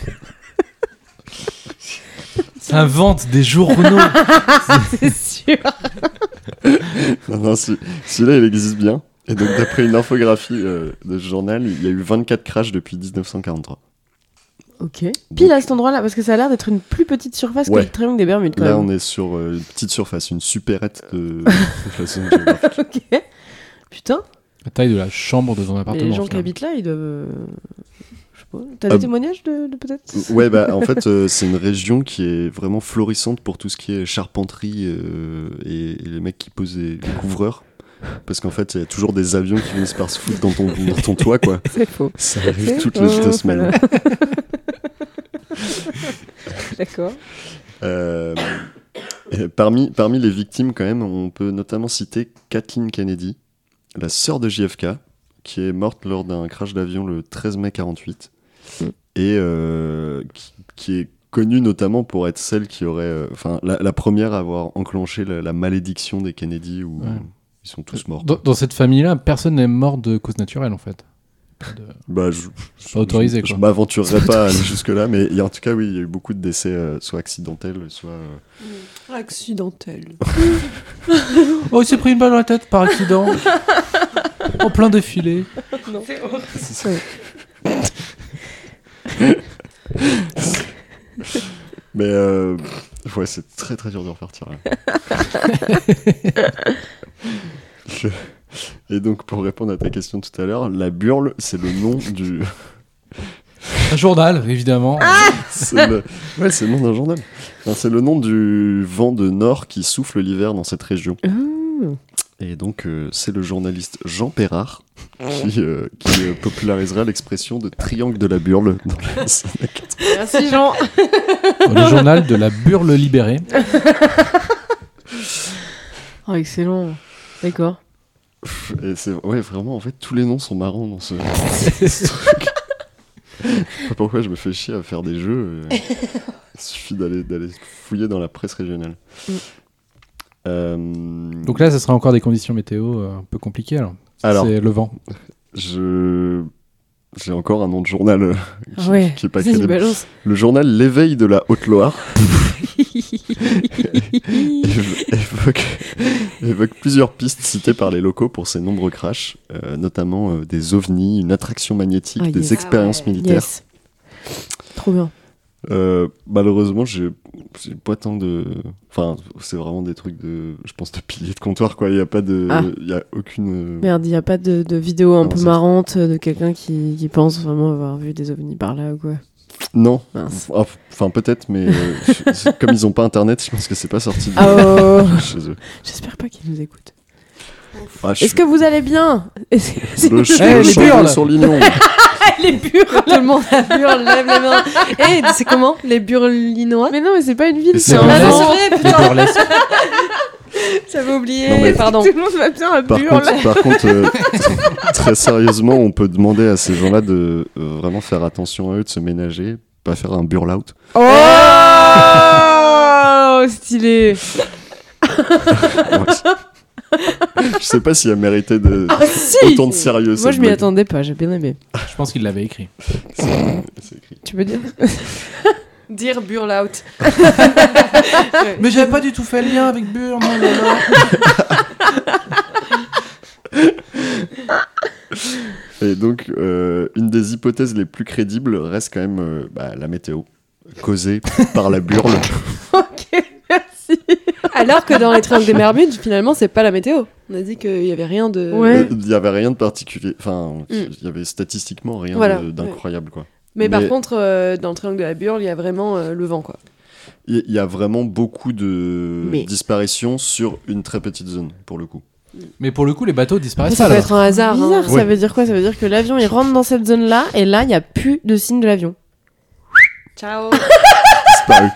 Speaker 6: Invente des
Speaker 5: <laughs>
Speaker 6: journaux.
Speaker 5: C'est sûr.
Speaker 3: Ah Non, non, ce- celui-là, il existe bien. Et donc, d'après une infographie euh, de ce journal, il y a eu 24 crashs depuis 1943.
Speaker 5: Ok. Pile à cet endroit-là, parce que ça a l'air d'être une plus petite surface que
Speaker 3: Ouais.
Speaker 5: le triangle des Bermudes, quand
Speaker 3: Là,
Speaker 5: même.
Speaker 3: on est sur euh, une petite surface, une supérette de,
Speaker 5: <laughs>
Speaker 3: de la zone géographique.
Speaker 5: Ok. Putain,
Speaker 6: La taille de la chambre de ton
Speaker 5: mais
Speaker 6: appartement.
Speaker 5: les gens
Speaker 6: finalement.
Speaker 5: qui habitent là, ils doivent. euh, Je sais pas. T'as
Speaker 3: Euh,
Speaker 5: des témoignages de, de peut-être
Speaker 3: Ouais, bah, en fait, euh, c'est une région qui est vraiment florissante pour tout ce qui est charpenterie euh, et, et les mecs qui posent des des couvreurs. Parce qu'en fait, il y a toujours des avions qui finissent par se foutre dans ton, dans ton toit, quoi.
Speaker 5: <laughs> C'est faux.
Speaker 3: Ça arrive <laughs>
Speaker 5: C'est
Speaker 3: toutes les
Speaker 5: faux,
Speaker 3: deux semaines. <laughs>
Speaker 5: D'accord.
Speaker 3: Euh, <coughs> et parmi, parmi les victimes, quand même, on peut notamment citer Kathleen Kennedy, la sœur de JFK, qui est morte lors d'un crash d'avion le 13 mai 48, et euh, qui, qui est connue notamment pour être celle qui aurait, euh, enfin, la, la première à avoir enclenché la, la malédiction des Kennedy ou
Speaker 6: Ouais.
Speaker 3: Ils sont tous morts.
Speaker 6: Dans, dans cette famille-là, personne n'est mort de cause naturelle en fait. Pas de-
Speaker 3: Bah, je, je-
Speaker 6: Pas autorisé,
Speaker 3: je- Je
Speaker 6: quoi.
Speaker 3: m'aventurerai pas
Speaker 6: <laughs>
Speaker 3: à aller jusque-là, mais il y a- en tout cas, oui, il y a eu beaucoup de décès, euh, soit accidentels, soit. euh,
Speaker 4: Accidentel.
Speaker 6: Oh, il s'est pris une balle dans la tête par accident. <laughs> en plein défilé.
Speaker 3: Mais euh, ouais, c'est très très dur de repartir. là. Je- Et donc, pour répondre à ta question tout à l'heure, la burle, c'est le nom du. <laughs>
Speaker 6: Un journal, évidemment.
Speaker 5: Ah
Speaker 3: c'est le... Ouais, c'est le nom d'un journal. Enfin, c'est le nom du vent de nord qui souffle l'hiver dans cette région.
Speaker 5: Oh.
Speaker 3: Et donc, euh, c'est le journaliste Jean Perrard qui, euh, qui, euh, popularisera l'expression de triangle de la burle dans la scène.
Speaker 5: Merci Jean.
Speaker 6: Euh, le journal de la burle libérée.
Speaker 5: Oh, excellent. D'accord.
Speaker 3: Et c'est ouais, vraiment, en fait, tous les noms sont marrants dans ce, ce truc. Je sais pas pourquoi je me fais chier à faire des jeux. euh, Il suffit d'aller d'aller fouiller dans la presse régionale.
Speaker 5: Mm.
Speaker 3: Euh,
Speaker 6: Donc là, ça sera encore des conditions météo euh, un peu compliquées alors.
Speaker 3: Alors.
Speaker 6: C'est le
Speaker 5: <laughs>
Speaker 6: vent.
Speaker 3: je j'ai encore un nom de journal euh, qui,
Speaker 5: ouais.
Speaker 3: qui est pas
Speaker 5: Vas-y,
Speaker 3: crédible.
Speaker 5: balance.
Speaker 3: <laughs> Le journal L'éveil de la Haute-Loire <laughs> évo- évoque, évoque plusieurs pistes citées par les locaux pour ses nombreux crashs, euh, notamment euh, des ovnis, une attraction magnétique,
Speaker 5: Ah, yes.
Speaker 3: des expériences militaires.
Speaker 5: Yes. Trop bien.
Speaker 3: Euh, malheureusement, j'ai j'ai pas tant de. Enfin, c'est vraiment des trucs de. Je pense de piliers de comptoir, quoi. Il n'y a pas de.
Speaker 5: Ah.
Speaker 3: Il y a aucune.
Speaker 5: Merde, il n'y a pas de, de vidéo un
Speaker 3: Non,
Speaker 5: peu
Speaker 3: ça-
Speaker 5: marrante de quelqu'un qui, qui pense vraiment avoir vu des ovnis par là ou quoi.
Speaker 3: Non.
Speaker 5: Mince.
Speaker 3: Ah, Enfin, peut-être, mais euh, je- c'est- comme ils n'ont pas internet, je pense que c'est pas sorti de <laughs>
Speaker 5: Ah, oh.
Speaker 3: chez eux.
Speaker 5: J'espère pas qu'il nous écoute.
Speaker 3: Ah, je
Speaker 5: Est-ce que vous allez bien Est-ce que c'est
Speaker 3: le ch-
Speaker 6: Eh,
Speaker 3: le
Speaker 6: les
Speaker 3: champion
Speaker 6: burles
Speaker 3: sur l'ignon.
Speaker 5: les burles
Speaker 4: <laughs> Tout le monde a burle, lève les mains. Eh, c'est comment Les burlinois Ah
Speaker 5: Mais non, mais c'est pas une ville,
Speaker 3: Et
Speaker 5: c'est
Speaker 6: c'est
Speaker 5: un
Speaker 6: un
Speaker 5: nom.
Speaker 4: vrai,
Speaker 6: Les burlesques.
Speaker 4: J'avais oublié,
Speaker 3: Non, mais-
Speaker 4: pardon.
Speaker 5: Tout le monde va bien à
Speaker 3: Par
Speaker 5: burle.
Speaker 3: contre, par contre euh, tr- très sérieusement, on peut demander à ces gens-là de euh, vraiment faire attention à eux, de se ménager, pas faire un burl-out.
Speaker 5: Oh
Speaker 3: <laughs>
Speaker 5: Stylé
Speaker 3: Ouais. je sais pas s'il a mérité de,
Speaker 5: Ah si
Speaker 3: autant de sérieux.
Speaker 5: Moi
Speaker 3: cette
Speaker 5: je m'y
Speaker 3: blague.
Speaker 5: attendais pas, j'ai bien aimé.
Speaker 6: Je pense qu'il l'avait écrit.
Speaker 3: C'est- c'est écrit.
Speaker 5: Tu peux dire
Speaker 4: Dire burle out.
Speaker 6: Mais j'avais pas du tout fait le lien avec burle.
Speaker 3: Et donc, euh, une des hypothèses les plus crédibles reste quand même euh, bah, la météo, causée par la burle.
Speaker 4: <laughs> Alors que dans les triangles des Bermudes, finalement, c'est pas la météo. On a dit qu'il y avait rien de.
Speaker 5: Ouais.
Speaker 3: Euh,
Speaker 5: Mm.
Speaker 3: Il n'y avait rien de particulier, enfin, il y avait statistiquement rien
Speaker 4: Voilà,
Speaker 3: de- d'incroyable. quoi.
Speaker 4: Mais, par
Speaker 3: Mais-
Speaker 4: contre, euh, dans le triangle de la burle, il y a vraiment euh, le vent, quoi.
Speaker 3: Il il y a vraiment beaucoup de
Speaker 1: Mais-
Speaker 3: disparitions sur une très petite zone, pour le coup. <laughs>
Speaker 6: Mais pour le coup, les bateaux disparaissent
Speaker 4: Ça
Speaker 6: pas.
Speaker 4: peut
Speaker 6: là.
Speaker 4: être un hasard. hein.
Speaker 5: Bizarre,
Speaker 3: Ouais.
Speaker 5: ça veut dire quoi Ça veut dire que l'avion il rentre dans cette zone là et là il n'y a plus de signe de l'avion.
Speaker 4: Ciao.
Speaker 3: Disparu.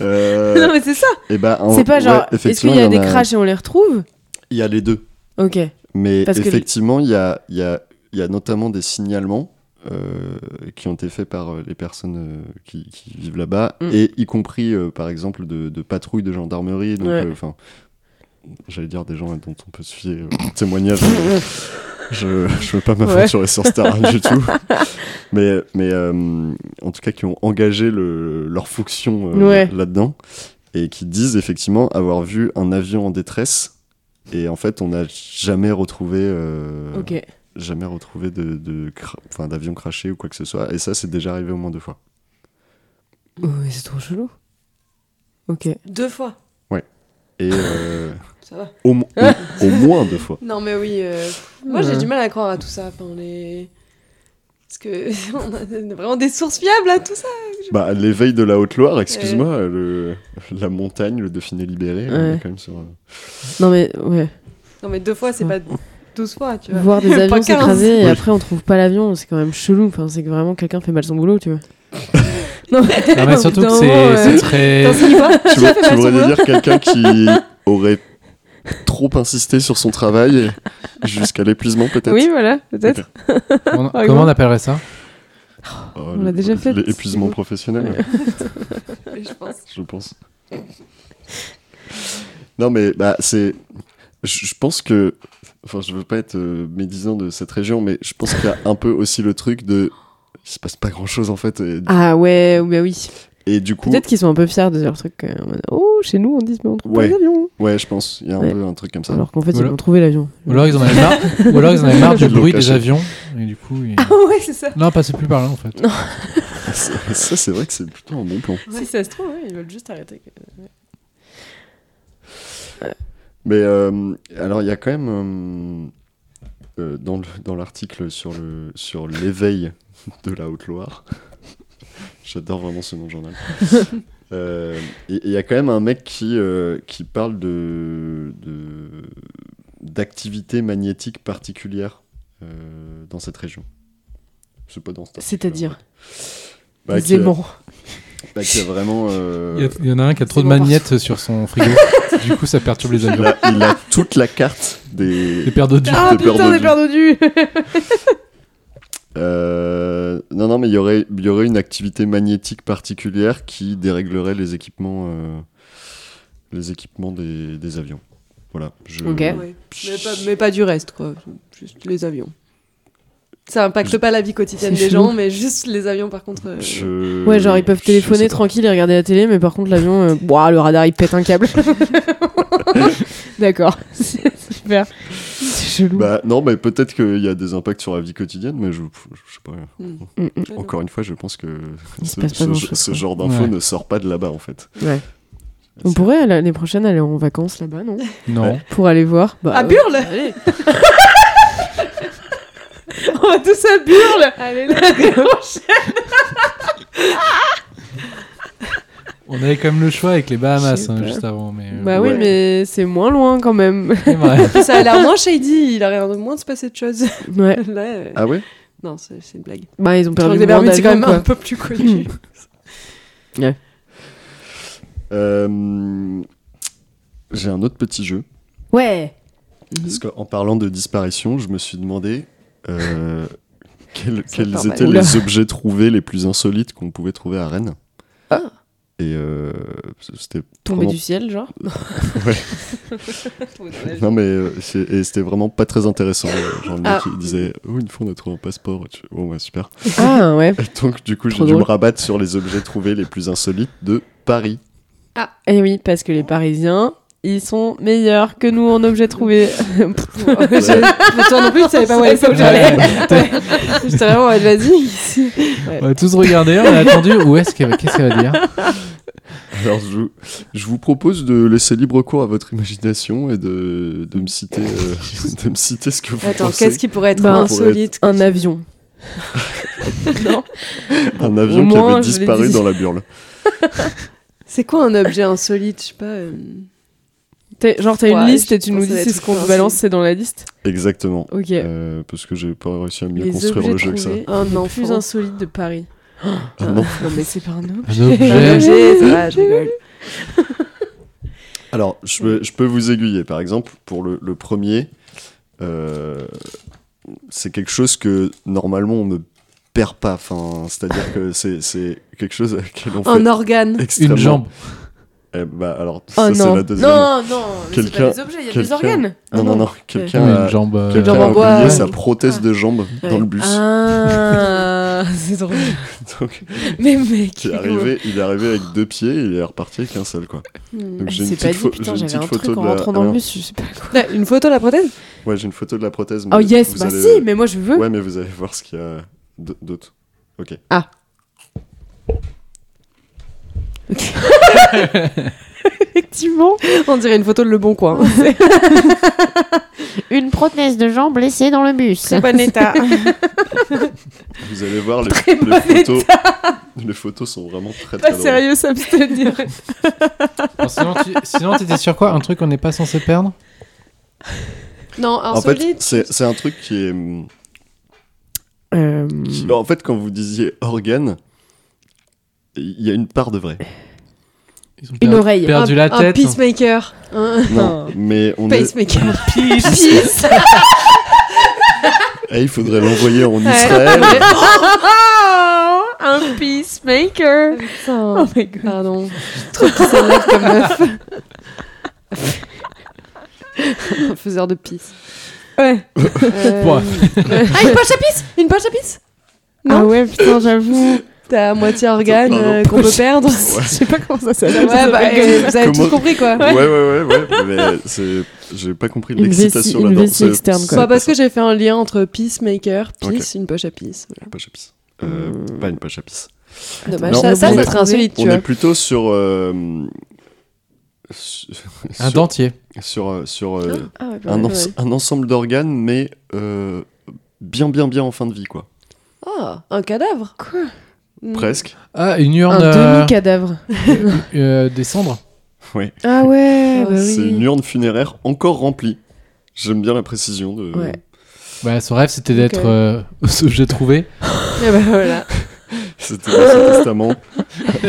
Speaker 3: Euh,
Speaker 5: <laughs> non mais c'est ça
Speaker 3: et bah, en-
Speaker 5: C'est pas
Speaker 3: ouais,
Speaker 5: genre est-ce qu'il
Speaker 3: effectivement,
Speaker 5: y a
Speaker 3: il
Speaker 5: des
Speaker 3: en
Speaker 5: crashs et on les retrouve
Speaker 3: Il y a les deux.
Speaker 5: Ok.
Speaker 3: Mais
Speaker 5: Parce que-
Speaker 3: effectivement, il y a, il y a- il y a notamment des signalements euh, qui ont été faits par euh, les personnes euh, qui, qui vivent là-bas,
Speaker 5: Mm.
Speaker 3: et y compris, euh, par exemple, de, de patrouilles de gendarmerie. Donc,
Speaker 5: Ouais.
Speaker 3: euh, enfin, j'allais dire des gens dont on peut se fier euh, <laughs> aux témoignages. mais je je veux pas m'aventurer sur Star du
Speaker 5: <laughs>
Speaker 3: tout. Mais, mais euh, en tout cas, qui ont engagé le- leur fonction euh,
Speaker 5: Ouais.
Speaker 3: là-dedans, et qui disent effectivement avoir vu un avion en détresse. Et en fait, on n'a jamais retrouvé, euh,
Speaker 5: Ok.
Speaker 3: jamais retrouvé de, de cra- enfin, d'avion craché ou quoi que ce soit. Et ça, c'est déjà arrivé au moins deux fois.
Speaker 5: Ouais, Oh, c'est trop chelou. Ok.
Speaker 4: <laughs> Deux fois.
Speaker 3: Et euh,
Speaker 4: Ça va.
Speaker 3: au, mo- au- au moins deux fois.
Speaker 4: Non, mais oui. euh, Moi,
Speaker 5: Ouais.
Speaker 4: j'ai du mal à croire à tout ça. Enfin, on est. Parce que <laughs> on a vraiment des sources fiables à tout ça.
Speaker 3: Bah, l'éveil de la Haute-Loire, excuse-moi, le- la montagne, le Dauphiné libéré, on est
Speaker 5: Ouais.
Speaker 3: quand même sur. euh,
Speaker 5: Non mais ouais.
Speaker 4: Non, mais deux fois, c'est pas douze fois, tu vois.
Speaker 5: Voir des
Speaker 4: Pas
Speaker 5: avions
Speaker 4: 15.
Speaker 5: s'écraser et
Speaker 3: Ouais.
Speaker 5: après on trouve pas l'avion, c'est quand même chelou. Enfin, c'est que vraiment quelqu'un fait mal son boulot, tu vois. non, <laughs> mais,
Speaker 6: Non, mais surtout que
Speaker 5: euh,
Speaker 6: c'est c'est très.
Speaker 3: tu, vois, tu voudrais dire quelqu'un
Speaker 5: <laughs>
Speaker 3: qui aurait trop insisté sur son travail jusqu'à l'épuisement peut-être
Speaker 5: Oui, voilà, peut-être.
Speaker 6: on-
Speaker 5: Par
Speaker 6: Comment on
Speaker 5: exemple.
Speaker 6: appellerait ça
Speaker 3: Oh,
Speaker 5: on l'a
Speaker 3: le-
Speaker 5: déjà fait.
Speaker 3: l'épuisement
Speaker 5: C'est bon.
Speaker 3: professionnel
Speaker 4: Je pense. <laughs>
Speaker 3: je pense non mais bah, c'est je je pense que, enfin, je veux pas être euh, médisant de cette région, mais je pense qu'il y a un peu aussi le truc de, il se passe pas grand chose en fait, et,
Speaker 5: Ah ouais, bah oui.
Speaker 3: et du coup,
Speaker 5: Peut-être qu'ils sont un peu fiers de leur truc. euh, en mode, oh, chez nous, on dit, mais on trouve
Speaker 3: Ouais.
Speaker 5: pas l'avion.
Speaker 3: ouais, je pense, il y a un
Speaker 5: Ouais.
Speaker 3: peu un truc comme ça.
Speaker 5: Alors qu'en fait,
Speaker 6: Voilà.
Speaker 5: ils ont trouvé l'avion.
Speaker 6: Ou alors ils en avaient marre, ou alors ils en avaient
Speaker 3: <laughs>
Speaker 6: marre du
Speaker 3: Ils l'ont
Speaker 6: bruit des
Speaker 3: caché.
Speaker 6: avions. Et du coup, ils...
Speaker 5: ouais, c'est ça.
Speaker 6: non, passez plus par là en fait.
Speaker 3: Ça, ça, c'est vrai que c'est plutôt un bon plan.
Speaker 5: Si ça se trouve, ouais, ils veulent juste arrêter.
Speaker 3: Mais euh, alors, il y a quand même euh, euh, dans le- dans l'article sur le sur l'éveil de la Haute-Loire. <laughs> J'adore vraiment ce nom de journal. <laughs> Euh, et- et Il y a quand même un mec qui, euh, qui parle de de- d'activité magnétique particulière euh, dans cette région. C'est pas dans cet article-là,
Speaker 5: C'est-à-dire
Speaker 3: en fait. Bah,
Speaker 5: les
Speaker 3: qu'il y a-
Speaker 5: aimants.
Speaker 3: bah, qu'il y a vraiment.
Speaker 6: Il y,
Speaker 3: euh,
Speaker 6: a- il y en a un qui a trop
Speaker 5: C'est
Speaker 6: de
Speaker 5: bon,
Speaker 6: magnettes sur son frigo. du coup, ça perturbe les
Speaker 3: il, <laughs>
Speaker 6: avions.
Speaker 3: a, il a toute la carte des,
Speaker 6: Les paires de dupes.
Speaker 5: Ah
Speaker 3: Des paires
Speaker 5: putain,
Speaker 3: de
Speaker 5: des
Speaker 3: vues.
Speaker 5: paires dodus
Speaker 3: Euh, non, non, mais il y aurait, il y aurait une activité magnétique particulière qui déréglerait les équipements, euh, les équipements des, des avions. Voilà. Je,
Speaker 5: Ok.
Speaker 4: Ouais. Mais, pas, mais pas du reste, quoi. Juste les avions. Ça impacte pas la vie quotidienne
Speaker 5: C'est
Speaker 4: des
Speaker 5: chelou.
Speaker 4: gens, mais juste les avions, par contre. euh,
Speaker 3: je-
Speaker 5: Ouais, genre ils peuvent
Speaker 3: je
Speaker 5: téléphoner
Speaker 3: sais pas.
Speaker 5: tranquille et regarder la télé, mais par contre l'avion, euh, ouah, le radar il pète
Speaker 3: <laughs>
Speaker 5: un câble. D'accord, <laughs> c'est super. C'est chelou.
Speaker 3: Bah, non, mais peut-être qu'il y a des impacts sur la vie quotidienne, mais je, je sais pas.
Speaker 5: Mm, mm.
Speaker 3: Encore une fois, je pense que
Speaker 5: Il se
Speaker 3: ce,
Speaker 5: passe pas
Speaker 3: ce-
Speaker 5: grand-chose,
Speaker 3: ce
Speaker 5: quoi.
Speaker 3: genre d'info
Speaker 6: Ouais.
Speaker 3: ne sort pas de là-bas, en fait.
Speaker 5: Ouais. On pourrait l'année prochaine aller en vacances là-bas, non
Speaker 6: Non.
Speaker 5: Pour aller voir. Bah,
Speaker 4: À
Speaker 5: ouais.
Speaker 4: Burle
Speaker 5: Allez. On va tous à Burle
Speaker 3: <laughs>
Speaker 4: Allez, là.
Speaker 6: On avait quand même le choix avec les
Speaker 5: Je
Speaker 6: Bahamas
Speaker 5: sais
Speaker 6: hein,
Speaker 5: pas.
Speaker 6: juste avant. Mais... euh,
Speaker 5: Bah oui,
Speaker 3: Ouais.
Speaker 5: mais c'est moins loin quand même. <laughs>
Speaker 6: <laughs> c'est vrai.
Speaker 4: Ça a l'air moins shady, il a l'air de moins de se passer de
Speaker 5: <laughs>
Speaker 4: choses.
Speaker 5: Ouais.
Speaker 4: Là, euh,
Speaker 3: Ah ouais
Speaker 4: Non, c'est c'est une blague.
Speaker 5: Bah ils ont
Speaker 4: Je crois que les
Speaker 5: perdu le monde
Speaker 4: Bermudes, c'est quand même un
Speaker 5: quoi.
Speaker 4: peu plus
Speaker 5: <laughs>
Speaker 4: connu.
Speaker 3: Euh, J'ai un autre petit jeu.
Speaker 5: Ouais.
Speaker 3: Parce qu'en parlant de disparition, je me suis demandé
Speaker 5: <laughs>
Speaker 3: euh, quels, quels
Speaker 4: part mal.
Speaker 3: étaient
Speaker 5: Oula.
Speaker 3: les objets trouvés les plus insolites qu'on pouvait trouver à Rennes.
Speaker 5: Ah.
Speaker 3: Et euh, c'était
Speaker 5: Tombé
Speaker 3: vraiment-
Speaker 5: du ciel, genre.
Speaker 3: <laughs> non mais euh, c'est- et c'était vraiment pas très intéressant. Euh, Genre le mec
Speaker 5: Ah.
Speaker 3: il disait oh une fois on a trouvé un passeport. Et tu- Oh ouais super.
Speaker 5: <laughs> Ah ouais.
Speaker 3: Et donc du coup j'ai
Speaker 5: Trop
Speaker 3: dû me
Speaker 5: drôle.
Speaker 3: rabattre sur les objets trouvés les plus insolites de
Speaker 5: <laughs>
Speaker 3: Paris.
Speaker 5: Ah, et oui, parce que les Parisiens, ils sont meilleurs que nous en objet trouvé.
Speaker 4: <laughs> Toi non plus, tu savais pas où aller.
Speaker 5: C'est ça.
Speaker 6: Ouais,
Speaker 5: <laughs> J'étais vraiment, ouais, vas-y.
Speaker 4: <laughs>
Speaker 5: ici.
Speaker 6: on a tous regardé, on a attendu. Où est-ce qu'elle va- qu'est-ce qu'elle va dire
Speaker 3: Alors je, vous- je vous propose de laisser libre cours à votre imagination et de, de me citer euh, <laughs> de me citer ce que vous
Speaker 4: Attends,
Speaker 3: pensez.
Speaker 4: qu'est-ce qui pourrait être
Speaker 5: Bah,
Speaker 3: on pourrait
Speaker 4: insolite <laughs>
Speaker 5: Un avion.
Speaker 3: Un avion qui
Speaker 5: Au moins,
Speaker 3: avait
Speaker 5: je l'ai
Speaker 3: disparu
Speaker 5: dit.
Speaker 3: dans la burle.
Speaker 4: C'est quoi un objet insolite Je sais pas. euh,
Speaker 5: T'es- genre, t'as une
Speaker 4: Ouais,
Speaker 5: liste
Speaker 4: je
Speaker 5: et tu nous
Speaker 4: pense que
Speaker 5: dis
Speaker 4: ça va
Speaker 5: si
Speaker 4: être
Speaker 5: ce qu'on
Speaker 4: plus
Speaker 5: te balance,
Speaker 4: facile.
Speaker 5: c'est dans la liste.
Speaker 3: Exactement.
Speaker 5: Ok.
Speaker 3: Euh, parce que j'ai pas réussi à mieux
Speaker 5: les objets
Speaker 3: construire le jeu que ça.
Speaker 5: trouvés
Speaker 4: Un
Speaker 5: les
Speaker 4: enfant.
Speaker 5: plus insolites de Paris.
Speaker 3: Ah non.
Speaker 5: Non, mais c'est pas un objet.
Speaker 6: Un objet.
Speaker 4: Un objet, ça va, je rigole.
Speaker 3: Alors, je peux, je peux vous aiguiller. Par exemple, pour le, le premier, euh, c'est quelque chose que normalement on ne perd pas. Enfin, c'est-à-dire que c'est, c'est quelque chose à laquelle on
Speaker 4: Un
Speaker 3: fait
Speaker 4: organe.
Speaker 3: extrêmement.
Speaker 6: Une jambe.
Speaker 3: Eh bah, alors,
Speaker 5: Oh
Speaker 3: ça c'est
Speaker 5: non.
Speaker 3: la deuxième.
Speaker 5: non, non, mais c'est
Speaker 3: Quelqu'un-
Speaker 5: pas des objets, il y a des
Speaker 3: quelqu'un-
Speaker 5: organes.
Speaker 3: non, non, non. Quelqu'un,
Speaker 6: Ouais,
Speaker 3: a-
Speaker 6: une jambe. euh,
Speaker 3: quelqu'un
Speaker 4: jambe en
Speaker 3: a
Speaker 4: bois,
Speaker 3: oublié
Speaker 4: ouais.
Speaker 3: sa prothèse de jambe dans
Speaker 4: Ouais.
Speaker 3: le bus.
Speaker 5: Ah, <laughs>
Speaker 4: <laughs>
Speaker 5: c'est drôle.
Speaker 3: <laughs>
Speaker 5: <laughs>
Speaker 3: Donc,
Speaker 5: Mais mec.
Speaker 3: il est, arrivé, il est arrivé avec deux pieds et il est reparti avec un seul. Quoi.
Speaker 4: Hmm.
Speaker 3: Donc, j'ai une
Speaker 5: Ah, C'est pas
Speaker 3: petite,
Speaker 5: dit,
Speaker 3: pho- j'ai
Speaker 5: putain,
Speaker 3: une
Speaker 5: j'avais
Speaker 3: petite
Speaker 5: un
Speaker 3: photo
Speaker 5: truc en
Speaker 3: de la-
Speaker 5: rentrant dans le bus, je sais pas quoi.
Speaker 4: Là, Une photo de la prothèse
Speaker 3: Ouais, j'ai une photo de la prothèse. mais
Speaker 5: Oh yes,
Speaker 3: vous
Speaker 5: bah
Speaker 3: allez- euh,
Speaker 5: si, mais moi je veux.
Speaker 3: Ouais, mais vous allez voir ce qu'il y a d- d'autre. Ok.
Speaker 5: Effectivement. <laughs>
Speaker 4: On dirait une photo de Le Bon Coin.
Speaker 5: <laughs>
Speaker 7: Une prothèse de jambe laissée dans le bus.
Speaker 4: bon état.
Speaker 3: Vous allez voir, les, les
Speaker 5: bon
Speaker 3: photos, <laughs> les photos sont vraiment très très
Speaker 5: Pas
Speaker 3: drôles.
Speaker 5: sérieux, ça me fait dire.
Speaker 6: Alors, sinon, tu sinon, t'étais sur quoi Un truc qu'on n'est pas censé perdre
Speaker 4: Non,
Speaker 3: En fait,
Speaker 4: insolite.
Speaker 3: c'est c'est un truc qui est. hum,
Speaker 5: Euh,
Speaker 3: qui- en fait, quand vous disiez organe, il y a une part de vrai.
Speaker 5: <laughs>
Speaker 6: Ils ont
Speaker 5: Une
Speaker 6: perdu-
Speaker 5: oreille.
Speaker 6: Perdu la
Speaker 4: Un
Speaker 6: tête. hein.
Speaker 4: peacemaker. Un
Speaker 5: Oh.
Speaker 3: Non, mais on est.
Speaker 4: pacemaker.
Speaker 5: Peace.
Speaker 3: Eh, il faudrait l'envoyer
Speaker 5: <laughs>
Speaker 3: en Israël.
Speaker 5: Oh, <laughs> un peacemaker.
Speaker 4: Putain,
Speaker 5: Oh my god.
Speaker 4: hein, Pardon. Trop qui s'élève comme meuf. <laughs> Un faiseur de pisse. Ouais.
Speaker 6: Bon,
Speaker 4: Ah, une poche à pisse Une poche à pisse
Speaker 7: Ah ouais, putain, j'avoue.
Speaker 4: T'as à moitié organe
Speaker 3: Non, non,
Speaker 4: euh,
Speaker 5: <laughs>
Speaker 4: qu'on peut perdre.
Speaker 5: Je sais pas comment ça
Speaker 4: <laughs> Ouais,
Speaker 5: s'appelle.
Speaker 4: bah, euh, vous avez
Speaker 3: Comment-
Speaker 4: tout compris quoi.
Speaker 3: Ouais, ouais, ouais, ouais. mais c'est- J'ai pas compris
Speaker 5: Une vessie-
Speaker 3: l'excitation
Speaker 5: une
Speaker 3: là-dedans.
Speaker 5: vessie
Speaker 3: C'est-
Speaker 5: externe, quoi.
Speaker 4: Bah, parce que j'ai fait un lien entre peacemaker, peace, une poche à pisse.
Speaker 3: Une poche à pisse. Euh, Pas une poche à pisse.
Speaker 4: Dommage,
Speaker 3: Non,
Speaker 4: ça, ça,
Speaker 3: on
Speaker 4: ça
Speaker 3: est-
Speaker 4: serait insolite, tu
Speaker 3: On est
Speaker 4: vois.
Speaker 3: plutôt sur. euh, sur-
Speaker 6: un
Speaker 3: sur,
Speaker 6: dentier.
Speaker 3: sur, euh, sur, euh,
Speaker 5: Ah ouais, bah
Speaker 3: un,
Speaker 5: ouais.
Speaker 3: ense- un ensemble d'organes, mais euh, bien, bien, bien en fin de vie, quoi.
Speaker 4: Ah, un cadavre
Speaker 5: Quoi
Speaker 4: Mm.
Speaker 3: Presque.
Speaker 6: Ah, une urne
Speaker 5: Un
Speaker 6: euh,
Speaker 5: demi-cadavre.
Speaker 6: euh, des cendres.
Speaker 5: Ah ouais, bah
Speaker 3: C'est une
Speaker 5: oui.
Speaker 3: urne funéraire encore remplie. J'aime bien la précision de.
Speaker 5: Ouais.
Speaker 3: <laughs>
Speaker 6: Bah, son rêve, c'était d'être
Speaker 4: Ok.
Speaker 6: euh, <laughs> ce que j'ai trouvé.
Speaker 4: Eh ben, voilà.
Speaker 3: C'était dans ce
Speaker 5: <laughs>
Speaker 3: testament.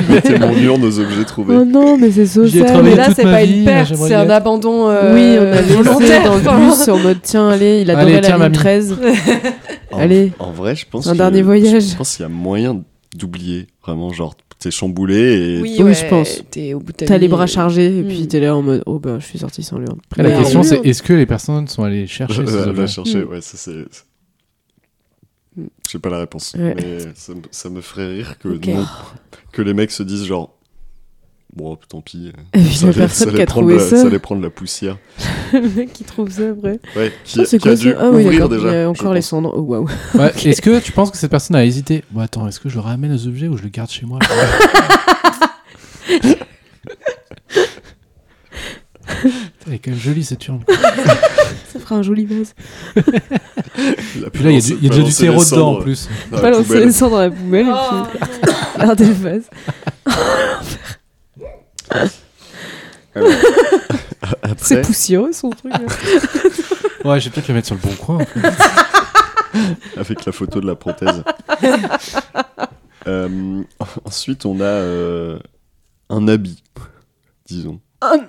Speaker 3: Mettez mon urne aux objets
Speaker 5: Oh
Speaker 3: trouvés.
Speaker 5: non, mais c'est so
Speaker 6: J'y ai
Speaker 5: sad.
Speaker 6: travaillé.
Speaker 4: Mais
Speaker 6: Mais
Speaker 4: là,
Speaker 6: toute
Speaker 4: c'est
Speaker 6: ma
Speaker 4: pas
Speaker 6: vie,
Speaker 4: une perte,
Speaker 6: j'aimerais
Speaker 4: c'est
Speaker 6: y
Speaker 4: un
Speaker 6: être.
Speaker 4: abandon euh,
Speaker 5: Oui, on <laughs> avait laissé
Speaker 4: volontaire.
Speaker 5: dans le bus en mode tiens, allez, il adorait
Speaker 6: Allez,
Speaker 5: la
Speaker 6: tiens,
Speaker 5: ligne
Speaker 6: mamie.
Speaker 5: 13.
Speaker 3: En-
Speaker 5: Allez.
Speaker 3: En vrai, je pense.
Speaker 5: Un
Speaker 3: que-
Speaker 5: dernier voyage.
Speaker 3: Je pense qu'il y a moyen d'oublier. Vraiment, genre, t'es chamboulé et.
Speaker 5: Oui, je pense.
Speaker 4: T'es au bout de ta
Speaker 5: T'as les
Speaker 4: vie.
Speaker 5: bras chargés et
Speaker 4: Mm.
Speaker 5: puis t'es là en mode oh bah je suis sorti sans l'urne.
Speaker 3: Ah,
Speaker 6: Après, la hein.
Speaker 5: Mais-
Speaker 6: question,
Speaker 5: Oui, <laughs>
Speaker 6: c'est est-ce que les personnes sont allées
Speaker 3: <laughs>
Speaker 6: chercher ces
Speaker 3: Euh, la
Speaker 6: objets
Speaker 3: chercher,
Speaker 5: Mm.
Speaker 3: ouais, ça c'est.
Speaker 5: Mm.
Speaker 3: J'ai pas la réponse,
Speaker 5: Ouais.
Speaker 3: mais ça, me- ça me ferait rire que,
Speaker 5: Ok.
Speaker 3: non- que les mecs se disent genre. Bon, tant pis. euh,
Speaker 5: Et puis
Speaker 3: ça
Speaker 5: la
Speaker 3: allait- ça
Speaker 5: personne
Speaker 3: allait
Speaker 5: qui a
Speaker 3: prendre
Speaker 5: trouvé
Speaker 3: la-
Speaker 5: ça,
Speaker 3: ça allait prendre la poussière.
Speaker 5: <laughs> le mec qui trouve ça après.
Speaker 3: Ouais, qui,
Speaker 5: Ça, c'est
Speaker 3: qui a
Speaker 5: quoi
Speaker 3: dû
Speaker 5: ça Ah oui,
Speaker 3: ouvrir
Speaker 5: d'accord,
Speaker 3: déjà.
Speaker 5: il y
Speaker 3: je
Speaker 5: a encore
Speaker 3: pense.
Speaker 5: les cendres. Oh waouh.
Speaker 6: Ouais, Est-ce que tu penses que cette personne a hésité Bon, attends, est-ce que je ramène aux objets ou je le garde chez moi Putain, Elle est quand même jolie cette urne.
Speaker 5: Ça fera un joli vase.
Speaker 3: Ah, a
Speaker 6: Puis là, il y a du- il y a
Speaker 3: balancé
Speaker 6: déjà du
Speaker 3: les
Speaker 6: terreau dedans en
Speaker 3: cendres
Speaker 6: plus.
Speaker 3: dans la
Speaker 5: Balancer
Speaker 3: poubelle.
Speaker 5: les cendres dans la poubelle et
Speaker 4: Oh,
Speaker 5: puis <laughs> garder le vase.
Speaker 3: Après,
Speaker 5: C'est poussiéreux son truc. là.
Speaker 6: Ouais, je vais peut-être le mettre sur le bon
Speaker 3: <laughs>
Speaker 6: coin. en fait.
Speaker 3: avec la photo de la
Speaker 5: <laughs>
Speaker 3: prothèse. Euh, ensuite, on a euh, un habit, disons.
Speaker 5: Un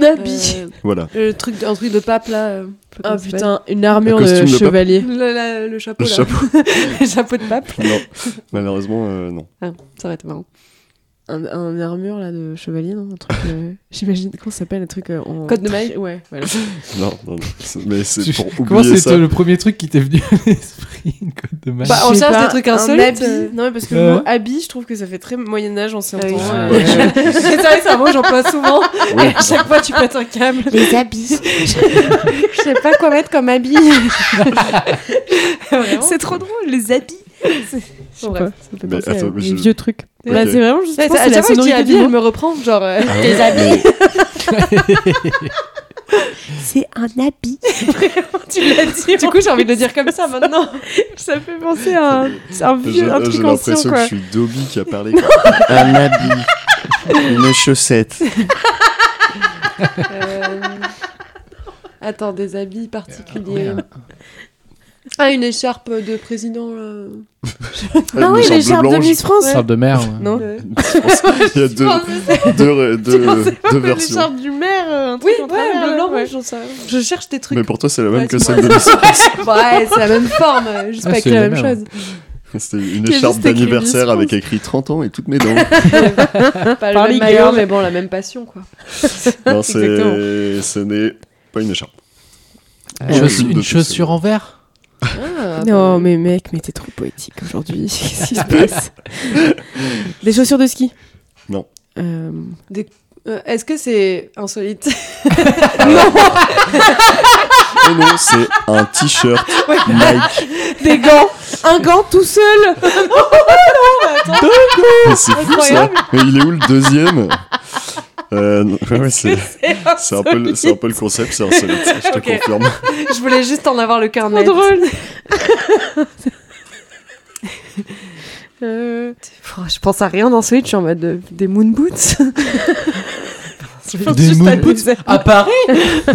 Speaker 5: habit.
Speaker 4: Euh,
Speaker 3: Voilà.
Speaker 4: le truc, un truc de pape là. euh, je sais pas comment
Speaker 5: Ah
Speaker 4: ça s'appelle.
Speaker 5: putain, une armure
Speaker 3: Un
Speaker 5: de
Speaker 3: costume de pape.
Speaker 5: chevalier.
Speaker 4: Le, la- le chapeau
Speaker 3: Le
Speaker 4: là.
Speaker 3: chapeau.
Speaker 4: <laughs> le chapeau de pape.
Speaker 3: Non, malheureusement, euh, non.
Speaker 4: Ah, ça aurait été marrant.
Speaker 5: Un, un armure là de chevalier, non Un truc. euh, <laughs> J'imagine comment ça s'appelle un truc euh, en.
Speaker 4: Code de maille
Speaker 5: Ouais,
Speaker 4: <laughs>
Speaker 5: voilà.
Speaker 3: Non, non, non. C'est- Mais c'est
Speaker 6: Tu- <laughs>
Speaker 3: pour
Speaker 6: Comment
Speaker 3: oublier
Speaker 6: c'est
Speaker 3: ça.
Speaker 6: le premier truc qui t'est venu à l'esprit Une côte de maille.
Speaker 4: Bah, on
Speaker 5: Je sais
Speaker 4: cherche
Speaker 5: pas,
Speaker 4: des trucs
Speaker 5: un
Speaker 4: insolites.
Speaker 5: habit. Non, mais parce que
Speaker 6: Euh.
Speaker 5: le mot habit, je trouve que ça fait très Moyen-Âge, ancien
Speaker 4: Ah oui.
Speaker 5: temps.
Speaker 6: Ah,
Speaker 5: euh,
Speaker 6: ouais.
Speaker 4: C'est vrai, c'est un mot que j'emploie souvent.
Speaker 3: Oui.
Speaker 4: Et à chaque fois, tu pètes un câble.
Speaker 7: Les habits.
Speaker 4: Je sais pas quoi mettre comme habit. c'est trop drôle, les habits.
Speaker 5: je sais
Speaker 4: Bref.
Speaker 5: pas, ça fait
Speaker 3: Mais
Speaker 5: penser à
Speaker 3: attends, mais
Speaker 5: des
Speaker 3: je-
Speaker 5: vieux trucs.
Speaker 3: Ok.
Speaker 5: Bah, c'est vraiment juste.
Speaker 4: Ouais,
Speaker 5: je pense
Speaker 4: c'est-
Speaker 5: que
Speaker 4: à chaque fois que je dis
Speaker 5: sonorité
Speaker 4: habit,
Speaker 5: du
Speaker 4: elle
Speaker 5: mot.
Speaker 4: me reprend. Genre, euh,
Speaker 3: Ah ouais,
Speaker 4: les habits.
Speaker 3: mais-
Speaker 7: C'est un habit.
Speaker 4: Tu l'as dit. Du coup, j'ai envie de le dire comme ça maintenant.
Speaker 5: <laughs> Ça fait penser à
Speaker 3: <laughs>
Speaker 5: un, un
Speaker 3: J'ai
Speaker 5: vieux, un
Speaker 3: j'ai
Speaker 5: truc ancien,
Speaker 3: l'impression que je
Speaker 5: quoi.
Speaker 3: suis Dobby qui a parlé. un habit, une chaussette.
Speaker 4: Euh, Attends, des habits particuliers.
Speaker 6: Merde.
Speaker 4: ah, une écharpe de président. euh, là.
Speaker 5: Ah oui, les
Speaker 3: jambes
Speaker 5: charpes de Miss France.
Speaker 6: Sable de mer. ouais.
Speaker 5: Non.
Speaker 4: Euh,
Speaker 3: Il y a
Speaker 4: Oh,
Speaker 3: deux, deux, deux, deux
Speaker 5: Les
Speaker 3: versions.
Speaker 5: charpes du maire. euh, un
Speaker 4: Oui,
Speaker 5: truc en
Speaker 4: ouais,
Speaker 5: travers,
Speaker 4: bleu,
Speaker 5: là,
Speaker 4: blanc,
Speaker 5: ouais.
Speaker 4: rouge, j'en sais rien. Je cherche des trucs.
Speaker 3: Mais pour toi, c'est la même
Speaker 4: Ouais,
Speaker 3: que
Speaker 4: tu
Speaker 3: celle de Miss
Speaker 4: <laughs>
Speaker 3: France.
Speaker 4: Ouais, c'est la même forme, euh, juste
Speaker 6: Ah,
Speaker 4: pas avec
Speaker 6: c'est
Speaker 4: la
Speaker 6: la
Speaker 4: même
Speaker 6: même.
Speaker 4: chose.
Speaker 3: C'était une
Speaker 5: Qui a
Speaker 3: écharpe
Speaker 5: juste écrit Miss
Speaker 3: d'anniversaire
Speaker 5: France.
Speaker 3: avec écrit 30 ans et toutes mes dents.
Speaker 4: Pas
Speaker 5: Par
Speaker 4: le
Speaker 5: les
Speaker 4: même maillot,
Speaker 5: gueules.
Speaker 4: mais bon, la même passion, quoi.
Speaker 3: Non, c'est-
Speaker 5: Exactement.
Speaker 3: ce n'est pas une écharpe.
Speaker 6: Une chauss-
Speaker 3: Euh,
Speaker 6: une chaussure en verre
Speaker 4: Ah, bah
Speaker 5: Non, mais mec, mais t'es trop poétique <laughs> aujourd'hui. Qu'est-ce qui
Speaker 3: <laughs>
Speaker 5: se passe Des chaussures de ski
Speaker 3: Non.
Speaker 5: Euh,
Speaker 4: Euh, Est-ce que c'est insolite <laughs>
Speaker 3: Oh non, c'est un t-shirt Nike.
Speaker 5: Des gants Un gant tout seul
Speaker 3: Mais c'est fou ça.
Speaker 4: Incroyable.
Speaker 3: Mais il est où le deuxième Euh, non, ouais, c'est c'est un, peu le- c'est un peu le concept, c'est insolite, je te
Speaker 4: Ok.
Speaker 3: confirme.
Speaker 4: Je voulais juste en avoir le cœur
Speaker 5: Trop
Speaker 4: net.
Speaker 5: drôle <laughs> Euh,
Speaker 4: Pff, Je pense à rien d'insolite, je suis en mode de- des moon boots. <laughs>
Speaker 5: je pense
Speaker 6: Des
Speaker 5: juste à
Speaker 6: moon boots
Speaker 5: des-
Speaker 6: À Paris
Speaker 5: C'est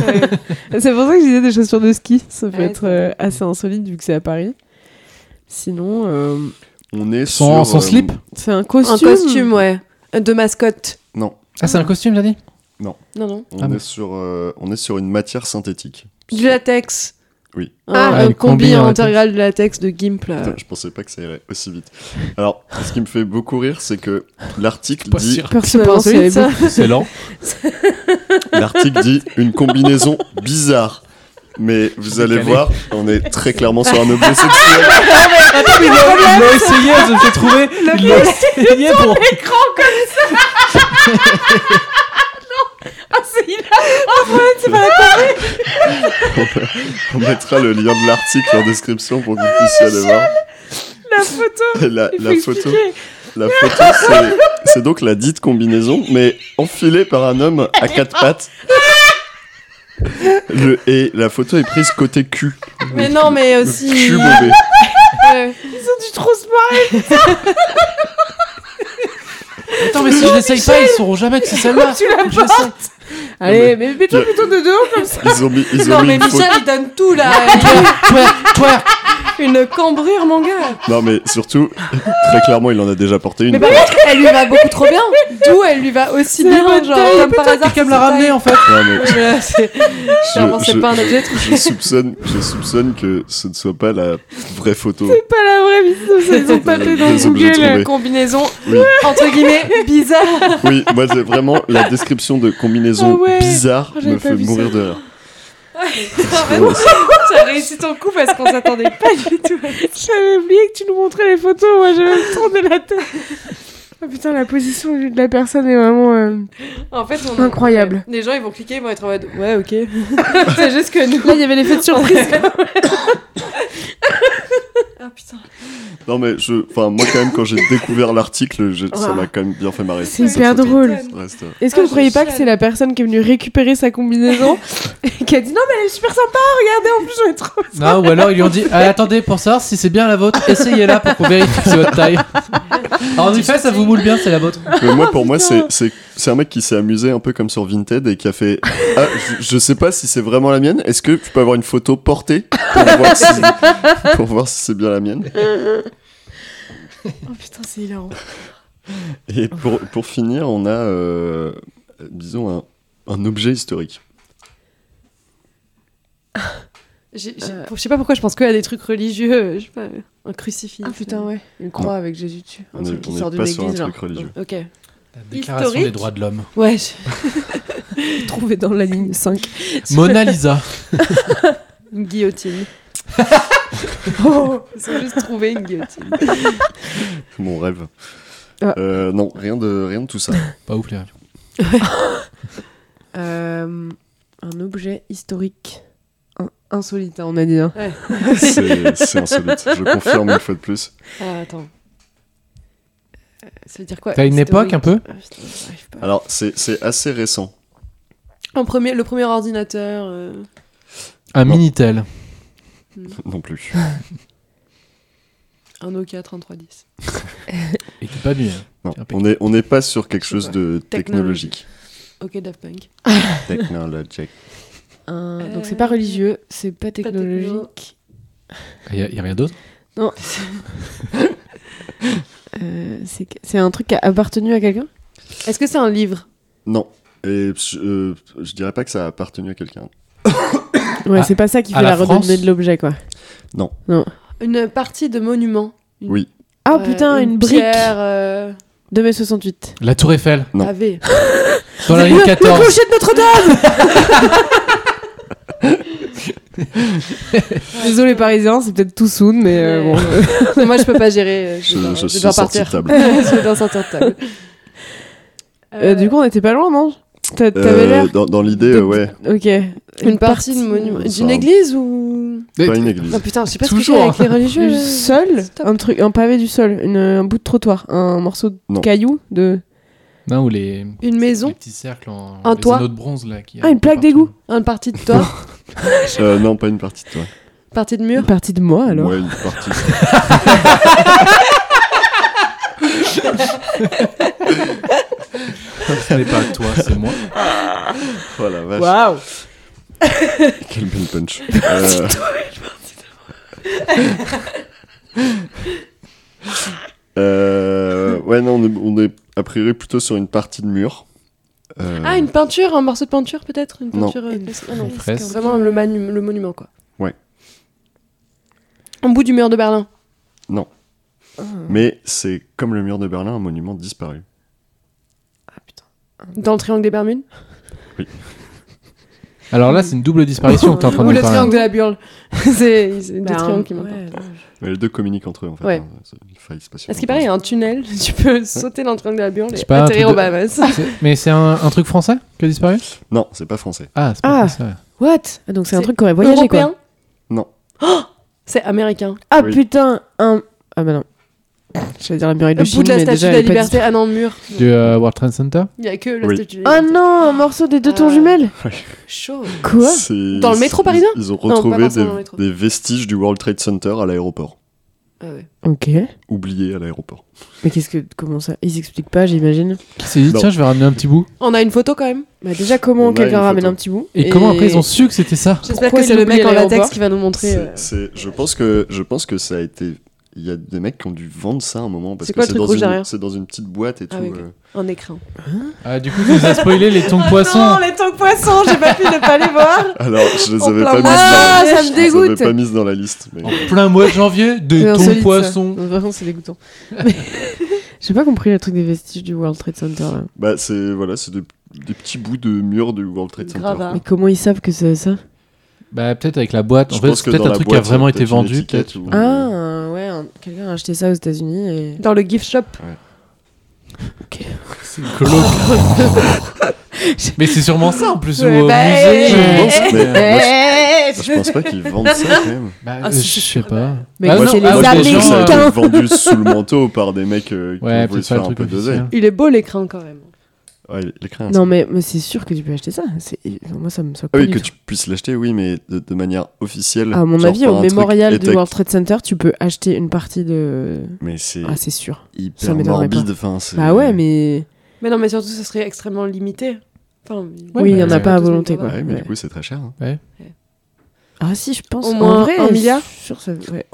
Speaker 5: pour ça que je disais des chaussures de ski. Ça peut
Speaker 4: Ouais,
Speaker 5: être euh, assez insolite vu que c'est à Paris. Sinon, euh,
Speaker 3: On est
Speaker 6: Son,
Speaker 3: sur,
Speaker 6: son
Speaker 3: euh,
Speaker 6: slip
Speaker 5: c'est un
Speaker 4: Un
Speaker 5: costume.
Speaker 4: costume, ouais. Euh, De mascotte.
Speaker 3: Non,
Speaker 6: Ah, c'est un costume, t'as dit
Speaker 4: Non, non.
Speaker 3: on,
Speaker 6: Ah
Speaker 3: est
Speaker 6: bon.
Speaker 3: sur, euh, on est sur une matière synthétique.
Speaker 4: Du latex.
Speaker 3: Oui.
Speaker 4: Ah,
Speaker 6: Ouais,
Speaker 4: euh,
Speaker 6: le
Speaker 4: combi,
Speaker 6: combi en latex.
Speaker 4: intégral du latex de euh. Gimp, là.
Speaker 3: Putain, je pensais pas que ça irait aussi vite. Alors, ce qui me fait beaucoup rire, c'est que l'article
Speaker 6: Pas
Speaker 3: dit, <laughs>
Speaker 6: sûr.
Speaker 5: Personnellement,
Speaker 4: C'est pas insolite,
Speaker 5: c'est
Speaker 4: ça.
Speaker 6: C'est lent.
Speaker 3: l'article dit une combinaison bizarre. mais vous
Speaker 6: J'ai
Speaker 3: allez
Speaker 6: décalé.
Speaker 3: voir, on est très clairement sur un objet sexuel.
Speaker 6: Attends, Ah, mais il l'a il l'a essayé, elle se fait <laughs> trouver. Il l'a essayé pour.
Speaker 5: Ah, c'est il
Speaker 3: On mettra le lien de l'article en description pour que vous puissiez aller voir.
Speaker 5: la photo
Speaker 3: Et la,
Speaker 5: Il faut
Speaker 3: la photo,
Speaker 5: expliquer.
Speaker 3: la photo c'est- c'est donc la dite combinaison, mais enfilée par un homme à quatre pattes. Le, et la photo est prise côté cul.
Speaker 4: Mais non, mais euh,
Speaker 3: Le
Speaker 4: aussi.
Speaker 5: euh,
Speaker 3: cul mauvais.
Speaker 4: Ouais.
Speaker 5: Ils ont dû trop se marrer.
Speaker 6: Attends, mais si je l'essaye pas, ils sauront jamais que c'est <laughs> celle-là.
Speaker 5: Tu la
Speaker 6: Faut que je l'essaye.
Speaker 5: Allez, Ah, mais mets-toi
Speaker 3: Je-
Speaker 5: plutôt de dos comme ça.
Speaker 3: Ils ont mis, ils ont
Speaker 4: Non,
Speaker 3: mis
Speaker 4: mais
Speaker 3: une photo.
Speaker 4: Michel, il donne tout <laughs> là.
Speaker 6: Twerk, twerk.
Speaker 4: Une cambrure, mon gars.
Speaker 3: Non, mais surtout, très clairement, il en a déjà porté une.
Speaker 4: Elle lui va beaucoup trop bien. D'où elle lui va aussi
Speaker 5: C'est la
Speaker 4: bien,
Speaker 5: bonne
Speaker 4: genre,
Speaker 5: taille,
Speaker 4: comme par hasard.
Speaker 6: Quelqu'un me
Speaker 4: c'est
Speaker 6: l'a ramené
Speaker 4: taille.
Speaker 6: en fait.
Speaker 3: Non, mais
Speaker 4: Mais euh, c'est- Clairement,
Speaker 3: je-
Speaker 4: c'est pas un objet.
Speaker 3: je soupçonne, je soupçonne que ce ne soit pas la vraie photo.
Speaker 5: C'est pas la vraie, mais ils ont- ils ont tapé dans
Speaker 3: Ils ont obligé de
Speaker 5: Google.
Speaker 3: trouver.
Speaker 4: Combinaison,
Speaker 3: Oui.
Speaker 4: entre guillemets, <laughs> bizarre.
Speaker 3: Oui, moi, c'est vraiment la description de combinaison
Speaker 5: Ah ouais.
Speaker 3: bizarre
Speaker 5: Oh, j'avais
Speaker 3: me
Speaker 5: pas
Speaker 3: fait
Speaker 5: vu
Speaker 3: mourir
Speaker 5: ça.
Speaker 3: de rire.
Speaker 4: Vraiment, tu as réussi ton coup parce qu'on s'attendait pas du tout. à ça.
Speaker 5: J'avais oublié que tu nous montrais les photos, moi j'avais même tourné la tête. Oh putain, la position de la personne est vraiment. euh,
Speaker 4: En fait, on
Speaker 5: Incroyable.
Speaker 4: Les gens, ils vont cliquer, ils vont être en mode ouais, <laughs> ok. c'est juste que nous.
Speaker 5: Là, il y avait l'effet de surprise.
Speaker 4: Ah putain.
Speaker 3: Non, mais je, enfin, moi, quand même, quand j'ai découvert l'article, j'ai- ça
Speaker 5: Ouah.
Speaker 3: m'a quand même bien fait marrer.
Speaker 5: C'est
Speaker 3: Cette
Speaker 5: hyper
Speaker 3: photo.
Speaker 5: drôle.
Speaker 4: Putain.
Speaker 3: Reste-
Speaker 5: Est-ce que
Speaker 4: Ah,
Speaker 5: vous
Speaker 4: je
Speaker 5: croyez pas que
Speaker 4: chiale.
Speaker 5: c'est la personne qui est venue récupérer sa <laughs> combinaison et qui a dit non, mais elle est super sympa, regardez, en plus j'en ai trop.
Speaker 6: <laughs> Non, ou alors ils lui <laughs> ont dit Ah, attendez, pour savoir si c'est bien la vôtre, essayez-la pour qu'on vérifie que c'est votre <laughs> taille. Alors, en effet, ça vous moule bien, c'est la vôtre.
Speaker 3: Mais moi, pour moi, c'est- c'est c'est un mec qui s'est amusé un peu comme sur Vinted et qui a fait Ah, je, je sais pas si c'est vraiment la mienne. Est-ce que je peux avoir une photo portée pour voir si, pour voir si c'est bien la mienne
Speaker 5: Oh putain, c'est hilarant.
Speaker 3: Et pour, pour finir, on a, euh, disons, un, un objet historique.
Speaker 4: J'ai- j'ai- Je sais pas pourquoi je pense que à des trucs religieux. euh, Je sais pas, un crucifix.
Speaker 5: Ah putain, ouais. Une croix avec Jésus dessus. Un
Speaker 3: On est-
Speaker 5: truc qui
Speaker 3: on est
Speaker 5: sort d'une
Speaker 3: pas sur un
Speaker 5: église, genre.
Speaker 3: truc religieux.
Speaker 4: Ok.
Speaker 6: La
Speaker 4: déclaration Historique. des droits <laughs>
Speaker 6: de l'homme.
Speaker 5: <laughs>
Speaker 4: Ouais. Je... Trouvé dans la ligne 5.
Speaker 6: Mona Lisa.
Speaker 4: Une guillotine. Ils ont juste trouvé une guillotine.
Speaker 3: Mon rêve.
Speaker 5: Ah.
Speaker 3: Euh, non, rien de, rien de tout ça.
Speaker 6: Pas ouf, les gars.
Speaker 5: Euh, un objet historique. Un- insolite, hein, on a dit. hein.
Speaker 3: C'est c'est insolite. Je confirme une fois de plus.
Speaker 4: Ah, attends. Euh, Ça veut dire quoi
Speaker 6: T'as une époque
Speaker 4: historique
Speaker 6: un peu
Speaker 4: Ah, putain, j'arrive pas.
Speaker 3: Alors, c'est c'est assez récent.
Speaker 4: En premier, le premier ordinateur. euh,
Speaker 6: Un
Speaker 3: Non.
Speaker 6: Minitel.
Speaker 3: Non plus.
Speaker 4: un Nokia 3310.
Speaker 6: Et qui est pas hein. bien.
Speaker 3: Non,
Speaker 6: Tiens,
Speaker 3: on n'est on n'est pas sur quelque chose de
Speaker 4: Technologique.
Speaker 3: technologique.
Speaker 4: Ok, Daft Punk.
Speaker 3: Technologique. Ah.
Speaker 5: Un-
Speaker 4: Euh,
Speaker 5: Donc c'est pas religieux, c'est pas
Speaker 4: techno.
Speaker 5: technologique.
Speaker 6: Il y, a- y a rien d'autre
Speaker 5: Non. Euh, c'est que- c'est un truc qui a appartenu à quelqu'un
Speaker 4: Est-ce que c'est un livre
Speaker 3: Non. Et je, euh, je dirais pas que ça a appartenu à quelqu'un.
Speaker 5: Ouais,
Speaker 6: Ah,
Speaker 5: c'est pas ça qui
Speaker 6: à
Speaker 5: fait la,
Speaker 6: la France
Speaker 5: renommée de l'objet, quoi.
Speaker 4: Une partie de monument Une-
Speaker 3: Oui.
Speaker 5: Ah
Speaker 4: Ouais,
Speaker 5: putain, une, brique
Speaker 4: pierre, euh,
Speaker 5: 2 mai 68.
Speaker 6: La Tour Eiffel.
Speaker 3: Non.
Speaker 4: pavée. <laughs>
Speaker 6: Dans la ligne 14.
Speaker 5: de Notre-Dame
Speaker 6: <laughs>
Speaker 5: Désolé parisiens, c'est peut-être tout soon, mais euh,
Speaker 4: Ouais.
Speaker 5: bon.
Speaker 4: Mais Moi, je peux pas gérer. euh,
Speaker 3: Je,
Speaker 4: Je, vais
Speaker 3: je suis
Speaker 4: dois
Speaker 3: sorti de
Speaker 4: partir.
Speaker 3: table.
Speaker 4: <laughs> je vais dans sortir de table.
Speaker 5: Euh, du coup, on était pas loin, non T'a- T'avais
Speaker 3: Euh,
Speaker 5: l'air
Speaker 3: dans dans l'idée, euh, ouais.
Speaker 5: Ok.
Speaker 4: une, partie, de monument.
Speaker 3: Ça
Speaker 4: D'une
Speaker 3: va.
Speaker 4: église ou.
Speaker 3: Pas une église.
Speaker 4: Non, putain, je sais pas ce que
Speaker 6: Toujours.
Speaker 4: j'ai avec les religieux.
Speaker 5: Du
Speaker 4: là.
Speaker 5: sol,
Speaker 4: Stop.
Speaker 5: euh, un truc, un pavé du sol, une- un bout de trottoir, un morceau de
Speaker 3: Non.
Speaker 5: caillou, de
Speaker 6: Non, ou les.
Speaker 4: Une
Speaker 6: les
Speaker 4: maison.
Speaker 6: petits cercles en.
Speaker 4: Un
Speaker 6: les
Speaker 4: toit.
Speaker 6: anneaux de bronze, là. qui
Speaker 5: Ah, une plaque
Speaker 6: partout.
Speaker 5: d'égout.
Speaker 4: Une partie de
Speaker 3: <laughs>
Speaker 4: toit.
Speaker 3: Euh, non, pas une partie de toi.
Speaker 4: partie de mur.
Speaker 5: une
Speaker 3: Euh,
Speaker 5: partie de moi Ah, alors.
Speaker 3: Ouais, une partie.
Speaker 6: Ce n'est pas toi, c'est moi.
Speaker 3: Oh la vache.
Speaker 5: Waouh
Speaker 3: <laughs> Quel bel punch.
Speaker 4: <laughs>
Speaker 3: Euh, Euh, ouais, non, on est, on est a priori plutôt sur une partie de mur. Euh,
Speaker 4: Ah, une peinture, un morceau de peinture peut-être Une
Speaker 3: Non.
Speaker 4: peinture. euh, ah non.
Speaker 6: Une fresque.
Speaker 4: Vraiment le, manu- le monument, quoi.
Speaker 3: Ouais.
Speaker 4: En bout du mur de Berlin.
Speaker 3: Mais c'est comme le mur de Berlin, un monument disparu.
Speaker 4: Dans le triangle des Bermudes
Speaker 3: Oui.
Speaker 6: Alors là, c'est une double disparition que t'es en train
Speaker 4: Ou
Speaker 6: de
Speaker 4: le
Speaker 6: me
Speaker 4: triangle
Speaker 6: parler.
Speaker 4: de la burle. <laughs> c'est c'est deux
Speaker 5: Bah,
Speaker 4: triangles qui
Speaker 5: ouais,
Speaker 4: m'importent.
Speaker 3: Mais les deux communiquent entre eux, en fait.
Speaker 4: Ouais.
Speaker 3: hein. C'est une faille spatiale.
Speaker 4: À ce qui paraît, hein. il y a un tunnel. <laughs> Tu peux sauter dans le triangle de la burle
Speaker 6: C'est
Speaker 4: et
Speaker 6: pas un
Speaker 4: atterrir
Speaker 6: truc
Speaker 4: aux
Speaker 6: de-
Speaker 4: Bahamas.
Speaker 6: C'est- Mais c'est un, un truc français qui a disparu
Speaker 3: Non, c'est pas français.
Speaker 6: Ah, c'est pas
Speaker 5: Ah.
Speaker 6: français.
Speaker 5: What Ah, Donc c'est un
Speaker 4: C'est
Speaker 5: truc qui aurait voyagé
Speaker 4: Européen
Speaker 3: quoi. Non.
Speaker 4: Oh c'est américain.
Speaker 5: quoi. Ah
Speaker 3: Oui.
Speaker 5: putain, un. Ah bah non. <laughs> J'allais dire la muraille de
Speaker 4: Le bout
Speaker 5: Chine,
Speaker 4: de la
Speaker 5: mais
Speaker 4: statue
Speaker 5: déjà,
Speaker 4: de la
Speaker 5: elle est pas
Speaker 4: liberté. Ah non, mur.
Speaker 6: Du euh, World Trade Center
Speaker 4: Il y a que la
Speaker 3: Oui.
Speaker 4: statue de
Speaker 5: Oh
Speaker 4: la liberté.
Speaker 5: non, un morceau des deux tours
Speaker 4: Ah.
Speaker 5: jumelles
Speaker 4: Chaud.
Speaker 5: Quoi
Speaker 3: C'est-
Speaker 4: Dans le métro
Speaker 3: ils-
Speaker 4: parisien
Speaker 3: Ils ont
Speaker 4: pas
Speaker 3: retrouvé
Speaker 4: forcément dans le
Speaker 3: des,
Speaker 4: métro.
Speaker 3: des vestiges du World Trade Center à l'aéroport.
Speaker 4: Ah ouais.
Speaker 5: Ok.
Speaker 3: Oubliés à l'aéroport.
Speaker 5: Mais qu'est-ce que. Comment ça Ils s'expliquent pas, j'imagine.
Speaker 6: Qui s'est dit,
Speaker 3: Non.
Speaker 6: tiens, je vais ramener un petit bout.
Speaker 4: On a une photo quand même.
Speaker 5: Bah déjà, comment
Speaker 3: On a
Speaker 5: quelqu'un
Speaker 3: une
Speaker 5: ramène
Speaker 3: photo.
Speaker 5: un petit bout
Speaker 6: Et, comment après ils ont su que c'était ça
Speaker 4: J'espère
Speaker 5: Pourquoi
Speaker 4: que
Speaker 5: il
Speaker 4: c'est le
Speaker 5: oublie
Speaker 4: mec en
Speaker 5: l'aéroport
Speaker 4: latex qui va nous montrer.
Speaker 3: C'est-
Speaker 4: euh,
Speaker 3: c'est- je pense que je pense que ça a été. Il y a des mecs qui ont dû vendre ça à un moment parce
Speaker 5: C'est
Speaker 3: que
Speaker 5: quoi le
Speaker 3: c'est
Speaker 5: truc
Speaker 3: dans,
Speaker 5: rouge
Speaker 3: une,
Speaker 5: derrière
Speaker 3: c'est dans une petite boîte et tout.
Speaker 4: Ah oui, ok.
Speaker 3: euh.
Speaker 4: Un écran.
Speaker 6: Ah, Du coup, tu nous as spoilé les
Speaker 4: Ah,
Speaker 6: tons de poisson.
Speaker 4: les tanks poissons, j'ai pas pu ne pas les voir.
Speaker 3: Alors je les
Speaker 4: En
Speaker 3: avais
Speaker 4: plein
Speaker 3: pas mises dans-
Speaker 4: mois.
Speaker 5: Ah,
Speaker 4: je-
Speaker 5: ça me
Speaker 3: je les avais
Speaker 5: dégoûte
Speaker 3: pas mises dans la liste. mais-
Speaker 6: En plein mois de janvier, des
Speaker 5: C'est
Speaker 6: tons de
Speaker 5: insolite,
Speaker 6: poisson.
Speaker 5: ça. Vraiment, c'est dégoûtant. Mais- <laughs> J'ai pas compris le truc des vestiges du World Trade Center là.
Speaker 3: Bah c'est voilà, c'est des, des petits bouts de mur du World Trade Center. Bah,
Speaker 4: Grave, hein.
Speaker 5: Mais comment ils savent que c'est ça
Speaker 6: Bah, peut-être avec la boîte. En
Speaker 3: Je
Speaker 6: fait,
Speaker 3: pense
Speaker 6: c'est
Speaker 3: que
Speaker 6: peut-être
Speaker 3: dans
Speaker 6: un
Speaker 3: la
Speaker 6: truc qui a
Speaker 3: boîte,
Speaker 6: vraiment
Speaker 3: il y a
Speaker 6: été
Speaker 3: peut-être une
Speaker 6: vendu.
Speaker 3: étiquette
Speaker 6: peut-être.
Speaker 3: ou-
Speaker 5: Ah ouais, un- quelqu'un a acheté ça aux États-Unis et.
Speaker 4: Dans le gift shop. <laughs>
Speaker 6: Mais c'est sûrement ça en plus.
Speaker 4: Ouais,
Speaker 6: ou au
Speaker 4: bah,
Speaker 6: musée.
Speaker 3: Je
Speaker 6: ou-
Speaker 3: pense, mais moi, je-
Speaker 4: Eh
Speaker 3: je, pense pas qu'ils vendent ça quand même.
Speaker 6: Bah,
Speaker 4: Ah,
Speaker 6: euh,
Speaker 4: si,
Speaker 6: je
Speaker 4: c'est
Speaker 6: sais pas.
Speaker 5: Mais
Speaker 6: Ah,
Speaker 5: c'est
Speaker 6: non,
Speaker 5: les
Speaker 6: ah,
Speaker 3: moi,
Speaker 6: des
Speaker 3: je pense que
Speaker 6: gens,
Speaker 3: ça
Speaker 6: euh,
Speaker 3: a été vendu sous le manteau par des mecs euh, qui
Speaker 6: Ouais,
Speaker 3: voulaient
Speaker 6: peut-être
Speaker 3: se
Speaker 6: pas
Speaker 3: faire
Speaker 6: le
Speaker 3: un
Speaker 6: truc hein.
Speaker 3: peu d'oseille.
Speaker 6: officiel.
Speaker 4: Il est beau l'écran quand même.
Speaker 3: Ouais, les- les crayons,
Speaker 5: Non mais, mais c'est sûr que tu peux acheter ça. C'est- enfin, Moi ça me ça
Speaker 3: Ah oui,
Speaker 5: pas
Speaker 3: que
Speaker 5: du
Speaker 3: tu puisses l'acheter, oui, mais de, de manière officielle.
Speaker 5: tout. À mon
Speaker 3: genre
Speaker 5: avis,
Speaker 3: par
Speaker 5: au
Speaker 3: un truc
Speaker 5: mémorial du
Speaker 3: étac-
Speaker 5: World Trade Center, tu peux acheter une partie de.
Speaker 3: Mais c'est
Speaker 5: Ah c'est sûr. ça
Speaker 3: hyper
Speaker 5: m'étonnerait pas.
Speaker 3: morbide. Enfin, c'est-
Speaker 5: Bah ouais, mais
Speaker 4: Mais non, mais surtout, ce serait extrêmement limité. Enfin,
Speaker 6: Ouais,
Speaker 5: oui, il y en
Speaker 6: mais-
Speaker 5: a pas à
Speaker 4: Tout le monde
Speaker 5: volonté
Speaker 4: va
Speaker 5: quoi.
Speaker 3: Ouais, mais
Speaker 5: Ouais.
Speaker 3: du coup, c'est très cher. hein.
Speaker 5: Ah si, je pense
Speaker 4: Au moins
Speaker 5: en vrai,
Speaker 4: un milliard
Speaker 5: je suis sûre que ça- ouais.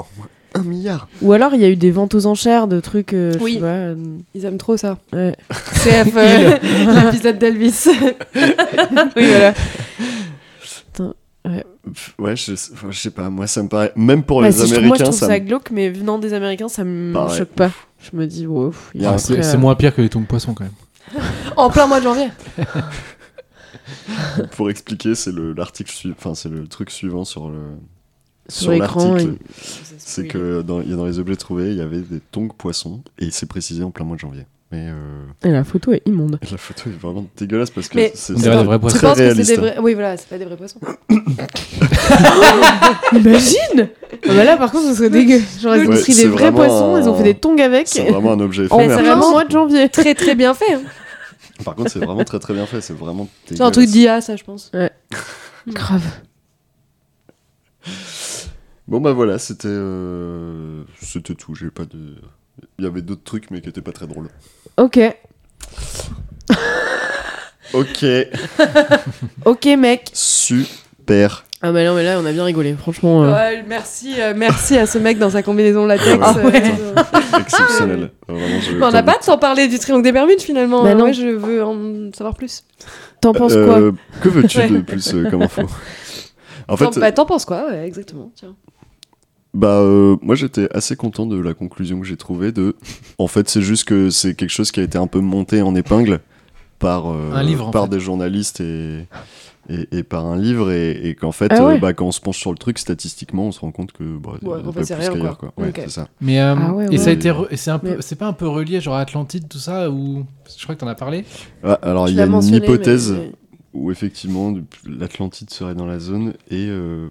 Speaker 3: Un milliard.
Speaker 5: Ou alors il y a eu des ventes aux enchères de trucs. euh,
Speaker 4: Oui.
Speaker 5: Je sais pas,
Speaker 4: <laughs>
Speaker 5: euh,
Speaker 4: Ils aiment trop ça.
Speaker 5: ouais.
Speaker 4: CF,
Speaker 5: <laughs>
Speaker 4: euh, l'épisode d'Elvis. oui, voilà.
Speaker 3: Pff, Ouais, je, enfin, je sais pas. Moi, ça me paraît. Même pour
Speaker 5: Bah,
Speaker 3: les
Speaker 5: si, je-
Speaker 3: Américains,
Speaker 5: moi je trouve ça,
Speaker 3: ça. me-
Speaker 5: glauque, mais venant des Américains, ça me
Speaker 3: Pareil.
Speaker 5: choque pas. Je me dis, wow, il y a
Speaker 6: Ah,
Speaker 5: un
Speaker 6: C'est
Speaker 5: truc,
Speaker 6: c'est
Speaker 5: euh,
Speaker 6: moins pire que les tons de poisson quand même.
Speaker 4: En plein mois de janvier.
Speaker 3: Pour expliquer, c'est le l'article suivant. Enfin, c'est le truc suivant sur le.
Speaker 5: sur l'écran.
Speaker 3: l'article,
Speaker 5: et-
Speaker 3: c'est que dans, il y a dans les objets trouvés, il y avait des tongs poissons et c'est précisé en plein mois de janvier. Mais euh, <laughs>
Speaker 5: Et la photo est immonde.
Speaker 3: la photo est vraiment dégueulasse parce que
Speaker 4: Mais-
Speaker 3: c'est
Speaker 6: On dirait des
Speaker 3: c'est
Speaker 6: vrais
Speaker 4: Tu
Speaker 6: poissons.
Speaker 3: très
Speaker 4: penses que c'est
Speaker 3: réaliste.
Speaker 4: des vrais. Oui, voilà, c'est pas des vrais poissons.
Speaker 3: <laughs>
Speaker 5: Imagine ah bah Là, par contre, ce serait dégueu. Genre, ils ont
Speaker 3: Ouais,
Speaker 5: pris
Speaker 3: c'est
Speaker 5: des vrais
Speaker 3: vraiment
Speaker 5: poissons,
Speaker 3: un-
Speaker 5: ils ont fait des tongs avec.
Speaker 3: C'est vraiment un objet
Speaker 5: En
Speaker 4: Mais c'est
Speaker 3: éphémère.
Speaker 5: plein
Speaker 4: vraiment-
Speaker 5: mois de janvier.
Speaker 4: Très, très bien fait. hein.
Speaker 3: Par contre, c'est vraiment très très bien fait. C'est
Speaker 5: <laughs>
Speaker 3: vraiment.
Speaker 4: C'est un truc
Speaker 3: dégueulasse.
Speaker 4: d'IA, ça, je pense.
Speaker 5: Grave.
Speaker 3: Bon bah voilà, c'était euh, c'était tout. J'ai pas de. Il y avait d'autres trucs mais qui étaient pas très drôles.
Speaker 5: Ok.
Speaker 3: Ok.
Speaker 5: Ok, mec.
Speaker 3: Super.
Speaker 5: Ah bah non, mais là, on a bien rigolé. Franchement. euh,
Speaker 4: Ouais, merci, euh, merci à ce mec dans sa combinaison latex.
Speaker 3: Ah
Speaker 4: euh,
Speaker 5: ouais.
Speaker 4: euh,
Speaker 3: Exceptionnel. Vraiment, je-
Speaker 4: Mais <laughs> on n'a pas de sans parler du triangle des Bermudes finalement. hein.
Speaker 5: Bah non.
Speaker 4: Moi, je veux en savoir plus.
Speaker 5: T'en penses quoi
Speaker 3: Euh, Que veux-tu de plus euh, comme info En
Speaker 4: T'en
Speaker 3: fait,
Speaker 4: bah, t'en penses quoi Ouais, exactement. Tiens.
Speaker 3: bah euh, moi j'étais assez content de la conclusion que j'ai trouvée de. En fait, c'est juste que c'est quelque chose qui a été un peu monté en épingle par euh,
Speaker 6: Un livre, en
Speaker 3: par
Speaker 6: fait.
Speaker 3: des journalistes et et, et par un livre et, et qu'en fait,
Speaker 5: Ah ouais.
Speaker 3: euh, bah, quand on se penche sur le truc statistiquement, on se rend compte que bah, il y en
Speaker 4: Ouais,
Speaker 3: a
Speaker 4: en fait,
Speaker 3: pas
Speaker 4: c'est
Speaker 3: plus
Speaker 4: rien,
Speaker 3: qu'ailleurs,
Speaker 4: quoi.
Speaker 3: quoi. Ouais,
Speaker 4: Ok.
Speaker 3: c'est ça.
Speaker 6: Mais euh,
Speaker 5: Ah ouais,
Speaker 6: et ça a
Speaker 3: ouais.
Speaker 6: été re- et c'est un peu
Speaker 5: Mais-
Speaker 6: c'est pas un peu relié genre à Atlantide tout ça ou je crois que t'en as parlé.
Speaker 3: Ah, alors
Speaker 4: Tu
Speaker 3: il y a
Speaker 4: l'as
Speaker 3: une
Speaker 4: mentionné, mais-
Speaker 3: hypothèse
Speaker 4: mais-
Speaker 3: où effectivement du- l'Atlantide serait dans la zone et euh,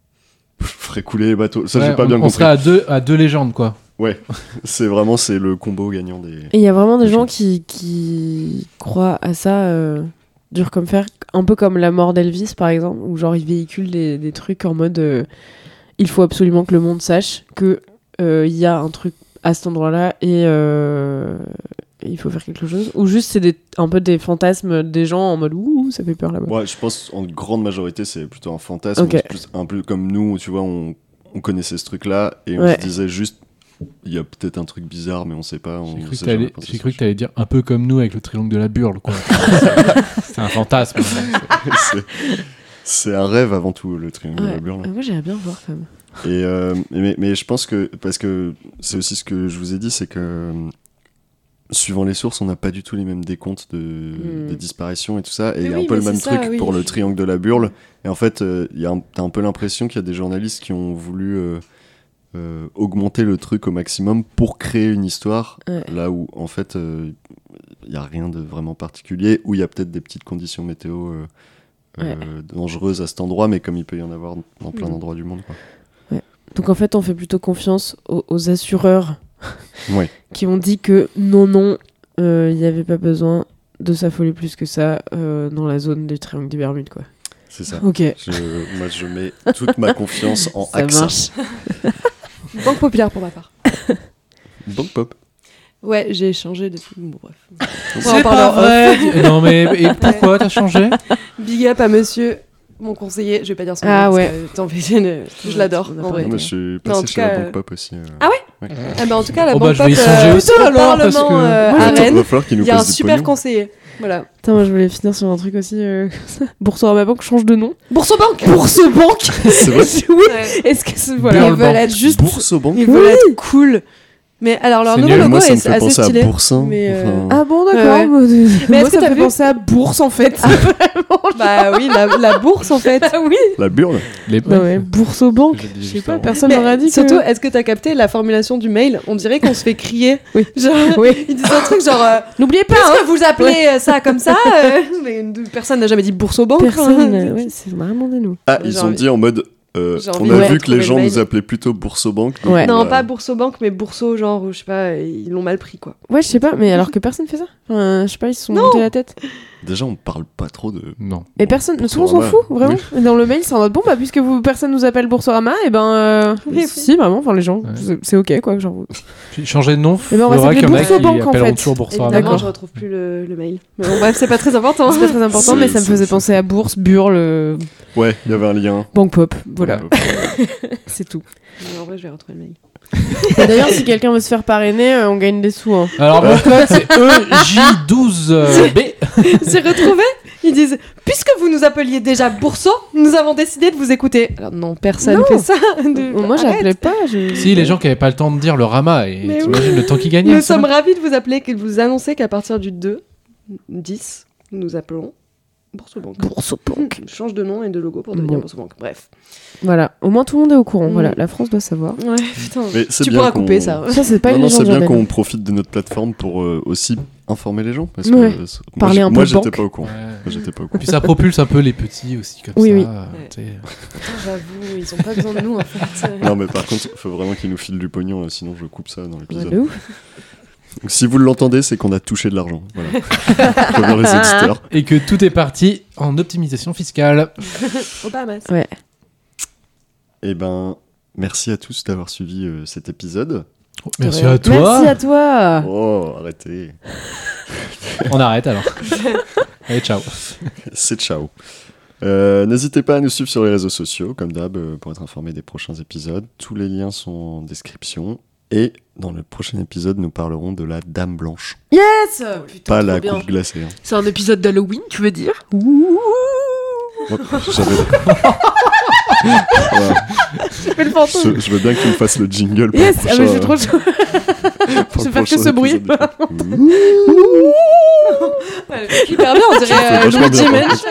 Speaker 3: <laughs> ferait couler les bateaux. Ça
Speaker 6: Ouais,
Speaker 3: j'ai pas
Speaker 6: on,
Speaker 3: bien
Speaker 6: on
Speaker 3: compris.
Speaker 6: serait à deux à deux légendes quoi.
Speaker 3: C'est vraiment c'est le combo gagnant des.
Speaker 5: Et il y a vraiment des
Speaker 3: Je-
Speaker 5: gens qui, qui croient à ça euh, dur comme fer, un peu comme la mort d'Elvis par exemple, où genre ils véhiculent des, des trucs en mode euh, il faut absolument que le monde sache que euh, il y a un truc à cet endroit-là et euh, il faut faire quelque chose. Ou juste c'est des- un peu des fantasmes des gens en mode ouh ça fait peur là-bas.
Speaker 3: Ouais, je pense en grande majorité c'est plutôt un fantasme,
Speaker 5: Ok.
Speaker 3: c'est plus- un peu comme nous, tu vois, on, on connaissait ce truc-là et on
Speaker 5: Ouais.
Speaker 3: se disait juste il y a peut-être un truc bizarre mais on sait pas. on
Speaker 6: J'ai cru
Speaker 3: sait
Speaker 6: que
Speaker 3: jamais
Speaker 6: t'allais
Speaker 3: penser
Speaker 6: j'ai
Speaker 3: sur
Speaker 6: cru
Speaker 3: le
Speaker 6: que t'allais dire un peu comme nous avec le triangle de la
Speaker 3: <laughs>
Speaker 6: burle quoi. c'est un fantasme.
Speaker 3: sujet. C'est- C'est un rêve avant tout le triangle de
Speaker 5: Ouais.
Speaker 3: la Burle.
Speaker 5: Ah, moi j'aimerais bien voir femme.
Speaker 3: Et euh, mais, mais je pense que parce que c'est aussi ce que je vous ai dit, c'est que suivant les sources, on n'a pas du tout les mêmes décomptes de,
Speaker 5: Hmm.
Speaker 3: des disparitions et tout ça. Et il y a
Speaker 4: oui,
Speaker 3: un peu
Speaker 4: mais
Speaker 3: le même
Speaker 4: c'est ça,
Speaker 3: truc
Speaker 4: oui.
Speaker 3: pour le triangle de la Burle. Et en fait, euh, il y a un- t'as un peu l'impression qu'il y a des journalistes qui ont voulu euh, euh, augmenter le truc au maximum pour créer une histoire,
Speaker 5: Ouais.
Speaker 3: là où en fait, euh, il y n'y a rien de vraiment particulier, où il y a peut-être des petites conditions météo. euh, euh, dangereuses à cet endroit, mais comme il peut y en avoir dans plein
Speaker 5: Hmm.
Speaker 3: d'endroits du monde. Quoi.
Speaker 5: Donc en fait, on fait plutôt confiance aux, aux assureurs
Speaker 3: Ouais.
Speaker 5: qui ont dit que non, non, euh, il n'y avait pas besoin de s'affoler plus que ça euh, dans la zone du triangle des Bermudes, quoi.
Speaker 3: C'est ça.
Speaker 5: Ok,
Speaker 3: Je- moi, je mets toute ma confiance en
Speaker 5: ça
Speaker 3: AXA.
Speaker 5: marche.
Speaker 4: euh, Banque populaire pour ma part.
Speaker 3: Banque Pop.
Speaker 4: Ouais, j'ai changé depuis. Bon, bref.
Speaker 3: C'est
Speaker 4: On en parlera off.
Speaker 6: Non mais et pourquoi t'as changé
Speaker 4: <laughs> Big up à monsieur, mon conseiller. Je vais pas dire son
Speaker 5: Ah
Speaker 4: nom.
Speaker 5: ouais.
Speaker 4: parce que, Tant pis, je, ne- je l'adore.
Speaker 5: On a
Speaker 4: en
Speaker 5: parlé.
Speaker 4: vrai.
Speaker 3: Non, mais je suis passé
Speaker 4: tout
Speaker 3: chez
Speaker 4: cas,
Speaker 3: la
Speaker 4: euh,
Speaker 3: Banque Pop aussi. euh.
Speaker 4: Ah Ah bah en tout cas, la
Speaker 6: Oh bah,
Speaker 4: banque
Speaker 6: je vais y
Speaker 4: pop,
Speaker 6: songer
Speaker 4: euh,
Speaker 6: aussi,
Speaker 4: au
Speaker 6: alors, parce
Speaker 4: Parlement,
Speaker 6: que-
Speaker 4: euh, à
Speaker 3: Attends, il
Speaker 4: Rennes,
Speaker 3: va falloir qu'ils nous
Speaker 4: il y a un
Speaker 3: posent du
Speaker 4: super
Speaker 3: pognon.
Speaker 4: conseiller. Voilà.
Speaker 5: Putain, moi je voulais finir sur un truc aussi. euh, <laughs> comme ça. Boursorama Banque change de nom.
Speaker 4: Bourse-Banque
Speaker 5: Boursebanque
Speaker 3: C'est vrai
Speaker 5: Oui Est-ce que c'est. Voilà.
Speaker 6: Burle
Speaker 4: Ils veulent
Speaker 6: Banque.
Speaker 4: être <laughs> juste.
Speaker 3: Bourse aux banques.
Speaker 4: Ils veulent être cool. Mais alors, leur
Speaker 6: C'est
Speaker 4: nouveau
Speaker 6: nul.
Speaker 3: Mais
Speaker 4: logo
Speaker 3: moi, ça me
Speaker 4: est
Speaker 3: fait
Speaker 4: assez
Speaker 3: penser
Speaker 4: stylé.
Speaker 3: à Boursin.
Speaker 4: mais, euh,
Speaker 3: enfin,
Speaker 5: Ah bon, d'accord.
Speaker 4: Ouais, ouais.
Speaker 5: moi,
Speaker 4: Mais
Speaker 5: moi,
Speaker 4: est-ce que
Speaker 5: ça me
Speaker 4: t'as
Speaker 5: fait
Speaker 4: vu- Ah,
Speaker 5: penser à Bourse en fait.
Speaker 4: <laughs> Bah oui, la, la bourse en fait.
Speaker 5: oui
Speaker 3: La burle.
Speaker 6: Les
Speaker 5: Non, ouais, Bourse aux banques.
Speaker 6: Je l'ai dit
Speaker 5: Je sais
Speaker 6: juste
Speaker 5: pas,
Speaker 6: avant.
Speaker 5: personne
Speaker 4: Mais
Speaker 5: n'aurait dit. que-
Speaker 4: Surtout, est-ce que t'as capté la formulation du mail On dirait qu'on se fait crier. <laughs>
Speaker 5: Oui.
Speaker 4: Genre,
Speaker 5: Oui.
Speaker 4: Ils disent un truc genre. euh,
Speaker 5: N'oubliez pas,
Speaker 4: Qu'est-ce
Speaker 5: hein,
Speaker 4: que vous appelez euh, ça comme ça <laughs> euh, mais une- Personne n'a jamais dit bourse aux banques.
Speaker 5: Personne.
Speaker 4: hein.
Speaker 5: euh, ouais, c'est vraiment des nous.
Speaker 3: Ah,
Speaker 4: J'ai
Speaker 3: ils ont
Speaker 4: envie-
Speaker 3: dit en mode. euh,
Speaker 4: J'ai
Speaker 3: on
Speaker 4: envie
Speaker 3: a
Speaker 5: de
Speaker 3: vu que
Speaker 4: retrouver
Speaker 3: les gens
Speaker 4: le mail.
Speaker 3: nous appelaient plutôt Bourse aux banques. donc,
Speaker 5: Ouais.
Speaker 4: Non,
Speaker 3: euh,
Speaker 4: pas bourse aux banques, mais bourseau, genre, ou je sais pas, ils l'ont mal pris quoi.
Speaker 5: Ouais, je sais pas, mais alors que personne fait ça. Enfin, je sais pas, ils se sont
Speaker 4: Non.
Speaker 5: montés la tête.
Speaker 3: Déjà, on parle pas trop de.
Speaker 6: Non.
Speaker 5: Et personne, tout le monde s'en
Speaker 3: Boursorama.
Speaker 5: fout, vraiment. Dans le mail, c'est en mode bon, bah, puisque vous, personne nous appelle Boursorama, et ben. euh,
Speaker 4: Oui,
Speaker 5: si, vraiment, enfin, les gens,
Speaker 6: Ouais.
Speaker 5: c'est- c'est ok, quoi. Genre,
Speaker 6: Puis changer de nom.
Speaker 5: Eh ben, on va
Speaker 6: faudra
Speaker 5: s'appeler
Speaker 6: qu'il y en a
Speaker 5: Bourse aux
Speaker 6: qui
Speaker 5: banques, en
Speaker 6: appelleront
Speaker 5: fait.
Speaker 6: toujours Boursorama.
Speaker 4: Évidemment,
Speaker 5: D'accord.
Speaker 4: je retrouve plus le, le mail. Mais bon, bref, c'est pas très important.
Speaker 5: c'est pas très important,
Speaker 3: C'est-
Speaker 5: mais ça me faisait penser à Bourse, Burle, euh,
Speaker 3: Ouais, il y avait un
Speaker 4: <laughs>
Speaker 3: lien.
Speaker 5: Banque Pop. Voilà,
Speaker 3: Euh,
Speaker 5: c'est tout.
Speaker 4: Mais en vrai, je vais retrouver le mail.
Speaker 5: Et D'ailleurs, si quelqu'un veut se faire parrainer, euh, on gagne des sous. hein.
Speaker 6: Alors mon code c'est E
Speaker 5: <laughs>
Speaker 6: EJ12B.
Speaker 4: <laughs> C'est retrouvé Ils disent Puisque vous nous appeliez déjà bourseau, nous avons décidé de vous écouter. Alors non, Euh, personne
Speaker 5: Non.
Speaker 4: fait ça. De-
Speaker 5: Moi,
Speaker 4: Arrête.
Speaker 5: j'appelais pas. je-
Speaker 6: Si les gens qui avaient pas le temps de dire le Rama et
Speaker 4: Mais
Speaker 6: t'imagines le temps qu'ils gagnaient.
Speaker 4: Nous
Speaker 6: une semaine.
Speaker 4: sommes ravis de vous appeler, que de vous annoncer qu'à partir du 2, 10, nous appelons Boursebanque. Boursebanque. Change de nom et de logo pour devenir
Speaker 5: Bon.
Speaker 4: Boursebanque. Bref.
Speaker 5: <laughs> Voilà, au moins tout le monde est au courant.
Speaker 4: Mm.
Speaker 5: Voilà, la France doit savoir.
Speaker 4: Ouais, putain.
Speaker 3: Mais c'est
Speaker 4: tu
Speaker 3: bien
Speaker 4: pourras
Speaker 3: qu'on-
Speaker 4: couper ça.
Speaker 5: <laughs> Ça, c'est pas
Speaker 3: non,
Speaker 5: une
Speaker 3: non, c'est
Speaker 5: légende
Speaker 3: bien
Speaker 5: urbaine.
Speaker 3: qu'on profite de notre plateforme pour euh, aussi informer les gens. Parce que,
Speaker 5: Ouais.
Speaker 3: euh, c'est- moi,
Speaker 5: Parler
Speaker 3: j-
Speaker 5: un peu
Speaker 3: Moi,
Speaker 5: de
Speaker 3: j'étais
Speaker 5: banque.
Speaker 3: pas au courant.
Speaker 6: Ouais.
Speaker 3: Moi, J'étais pas au
Speaker 6: Puis
Speaker 3: courant.
Speaker 6: ça propulse un peu les petits aussi comme
Speaker 5: Oui,
Speaker 6: ça.
Speaker 5: oui.
Speaker 6: euh, t'sais.
Speaker 4: J'avoue, ils ont pas besoin de nous en fait. <laughs>
Speaker 3: Non, mais par contre, faut vraiment qu'ils nous filent du pognon, euh, sinon je coupe ça dans
Speaker 5: Ouais,
Speaker 3: l'épisode.
Speaker 5: de ouf.
Speaker 3: Donc, si vous l'entendez, c'est qu'on a touché de l'argent. Voilà. <laughs> Prévenir les auditeurs.
Speaker 6: Et que tout est parti en optimisation fiscale.
Speaker 4: Au <laughs> Bahamas.
Speaker 3: Eh ben, merci à tous d'avoir suivi euh, cet épisode.
Speaker 6: Merci
Speaker 5: Ouais.
Speaker 6: à toi.
Speaker 5: Merci à
Speaker 4: Ah.
Speaker 5: toi. <laughs>
Speaker 3: Oh, arrêtez.
Speaker 6: On arrête alors. Allez ciao.
Speaker 3: C'est ciao. Euh, N'hésitez pas à nous suivre sur les réseaux sociaux, comme d'hab, euh, pour être informé des prochains épisodes. Tous les liens sont en description. Et dans le prochain épisode, nous parlerons de la Dame Blanche.
Speaker 4: Yes
Speaker 3: pas la coupe glacée. hein.
Speaker 4: C'est un épisode d'Halloween, tu veux dire
Speaker 3: Oh, j'avais- Voilà.
Speaker 5: fais le fantôme.
Speaker 3: je, je veux bien que tu me fasses le jingle. pour le
Speaker 5: Oh, Yes, ah, mais
Speaker 3: prochain-
Speaker 5: je suis trop <laughs> chaud.
Speaker 3: pour le
Speaker 5: je vais faire que Euh,
Speaker 3: prochain
Speaker 5: ce bruit.
Speaker 3: épisode.
Speaker 5: <laughs>
Speaker 3: Hmm.
Speaker 4: Hyper bien, on dirait euh,
Speaker 3: vachement
Speaker 4: Luigi
Speaker 3: bien, par
Speaker 4: Mansion.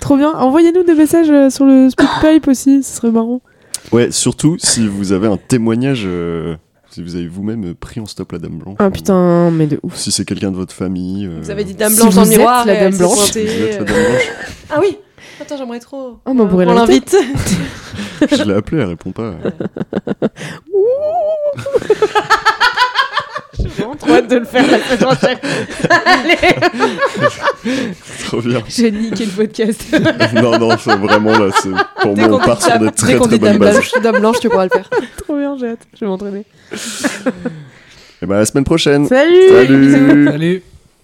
Speaker 5: Trop bien. Envoyez-nous des messages euh, sur le Speakpipe aussi, ce serait marrant.
Speaker 3: Ouais, surtout si vous avez un témoignage, euh, si vous avez vous-même euh, pris en stop la Dame Blanche.
Speaker 5: Ah putain, mais de ouf.
Speaker 3: Si c'est quelqu'un de votre famille. euh,
Speaker 4: Vous avez dit Dame
Speaker 5: Si
Speaker 4: Blanche dans le
Speaker 5: vous êtes
Speaker 4: miroir,
Speaker 5: la
Speaker 4: et
Speaker 5: Dame
Speaker 4: elle s'est
Speaker 5: Blanche.
Speaker 3: Vous
Speaker 4: pointée,
Speaker 3: êtes la
Speaker 4: euh,
Speaker 3: Dame Blanche
Speaker 4: <laughs> Ah oui Attends, j'aimerais trop.
Speaker 5: Ah, bah, on pourrait
Speaker 4: l'invite. <laughs>
Speaker 5: l'inviter.
Speaker 3: Je l'ai appelée, elle répond pas.
Speaker 5: J'ai trop hâte de le faire la semaine prochaine.
Speaker 4: <laughs>
Speaker 5: Allez,
Speaker 3: Trop bien.
Speaker 5: j'ai niqué le podcast.
Speaker 3: non, non, c'est vraiment là, c'est pour
Speaker 4: Dès
Speaker 3: moi
Speaker 4: qu'on
Speaker 3: on part
Speaker 4: dit
Speaker 3: sur
Speaker 4: Dame-
Speaker 3: des
Speaker 4: dès
Speaker 3: très
Speaker 4: qu'on
Speaker 3: très
Speaker 4: dit Dame
Speaker 3: bonnes bases.
Speaker 4: Blanche, Dame Blanche, tu pourras le faire.
Speaker 5: Trop bien, j'ai hâte. Je vais m'entraîner.
Speaker 3: Et ben à la semaine prochaine.
Speaker 5: Salut
Speaker 3: Salut.
Speaker 6: Salut.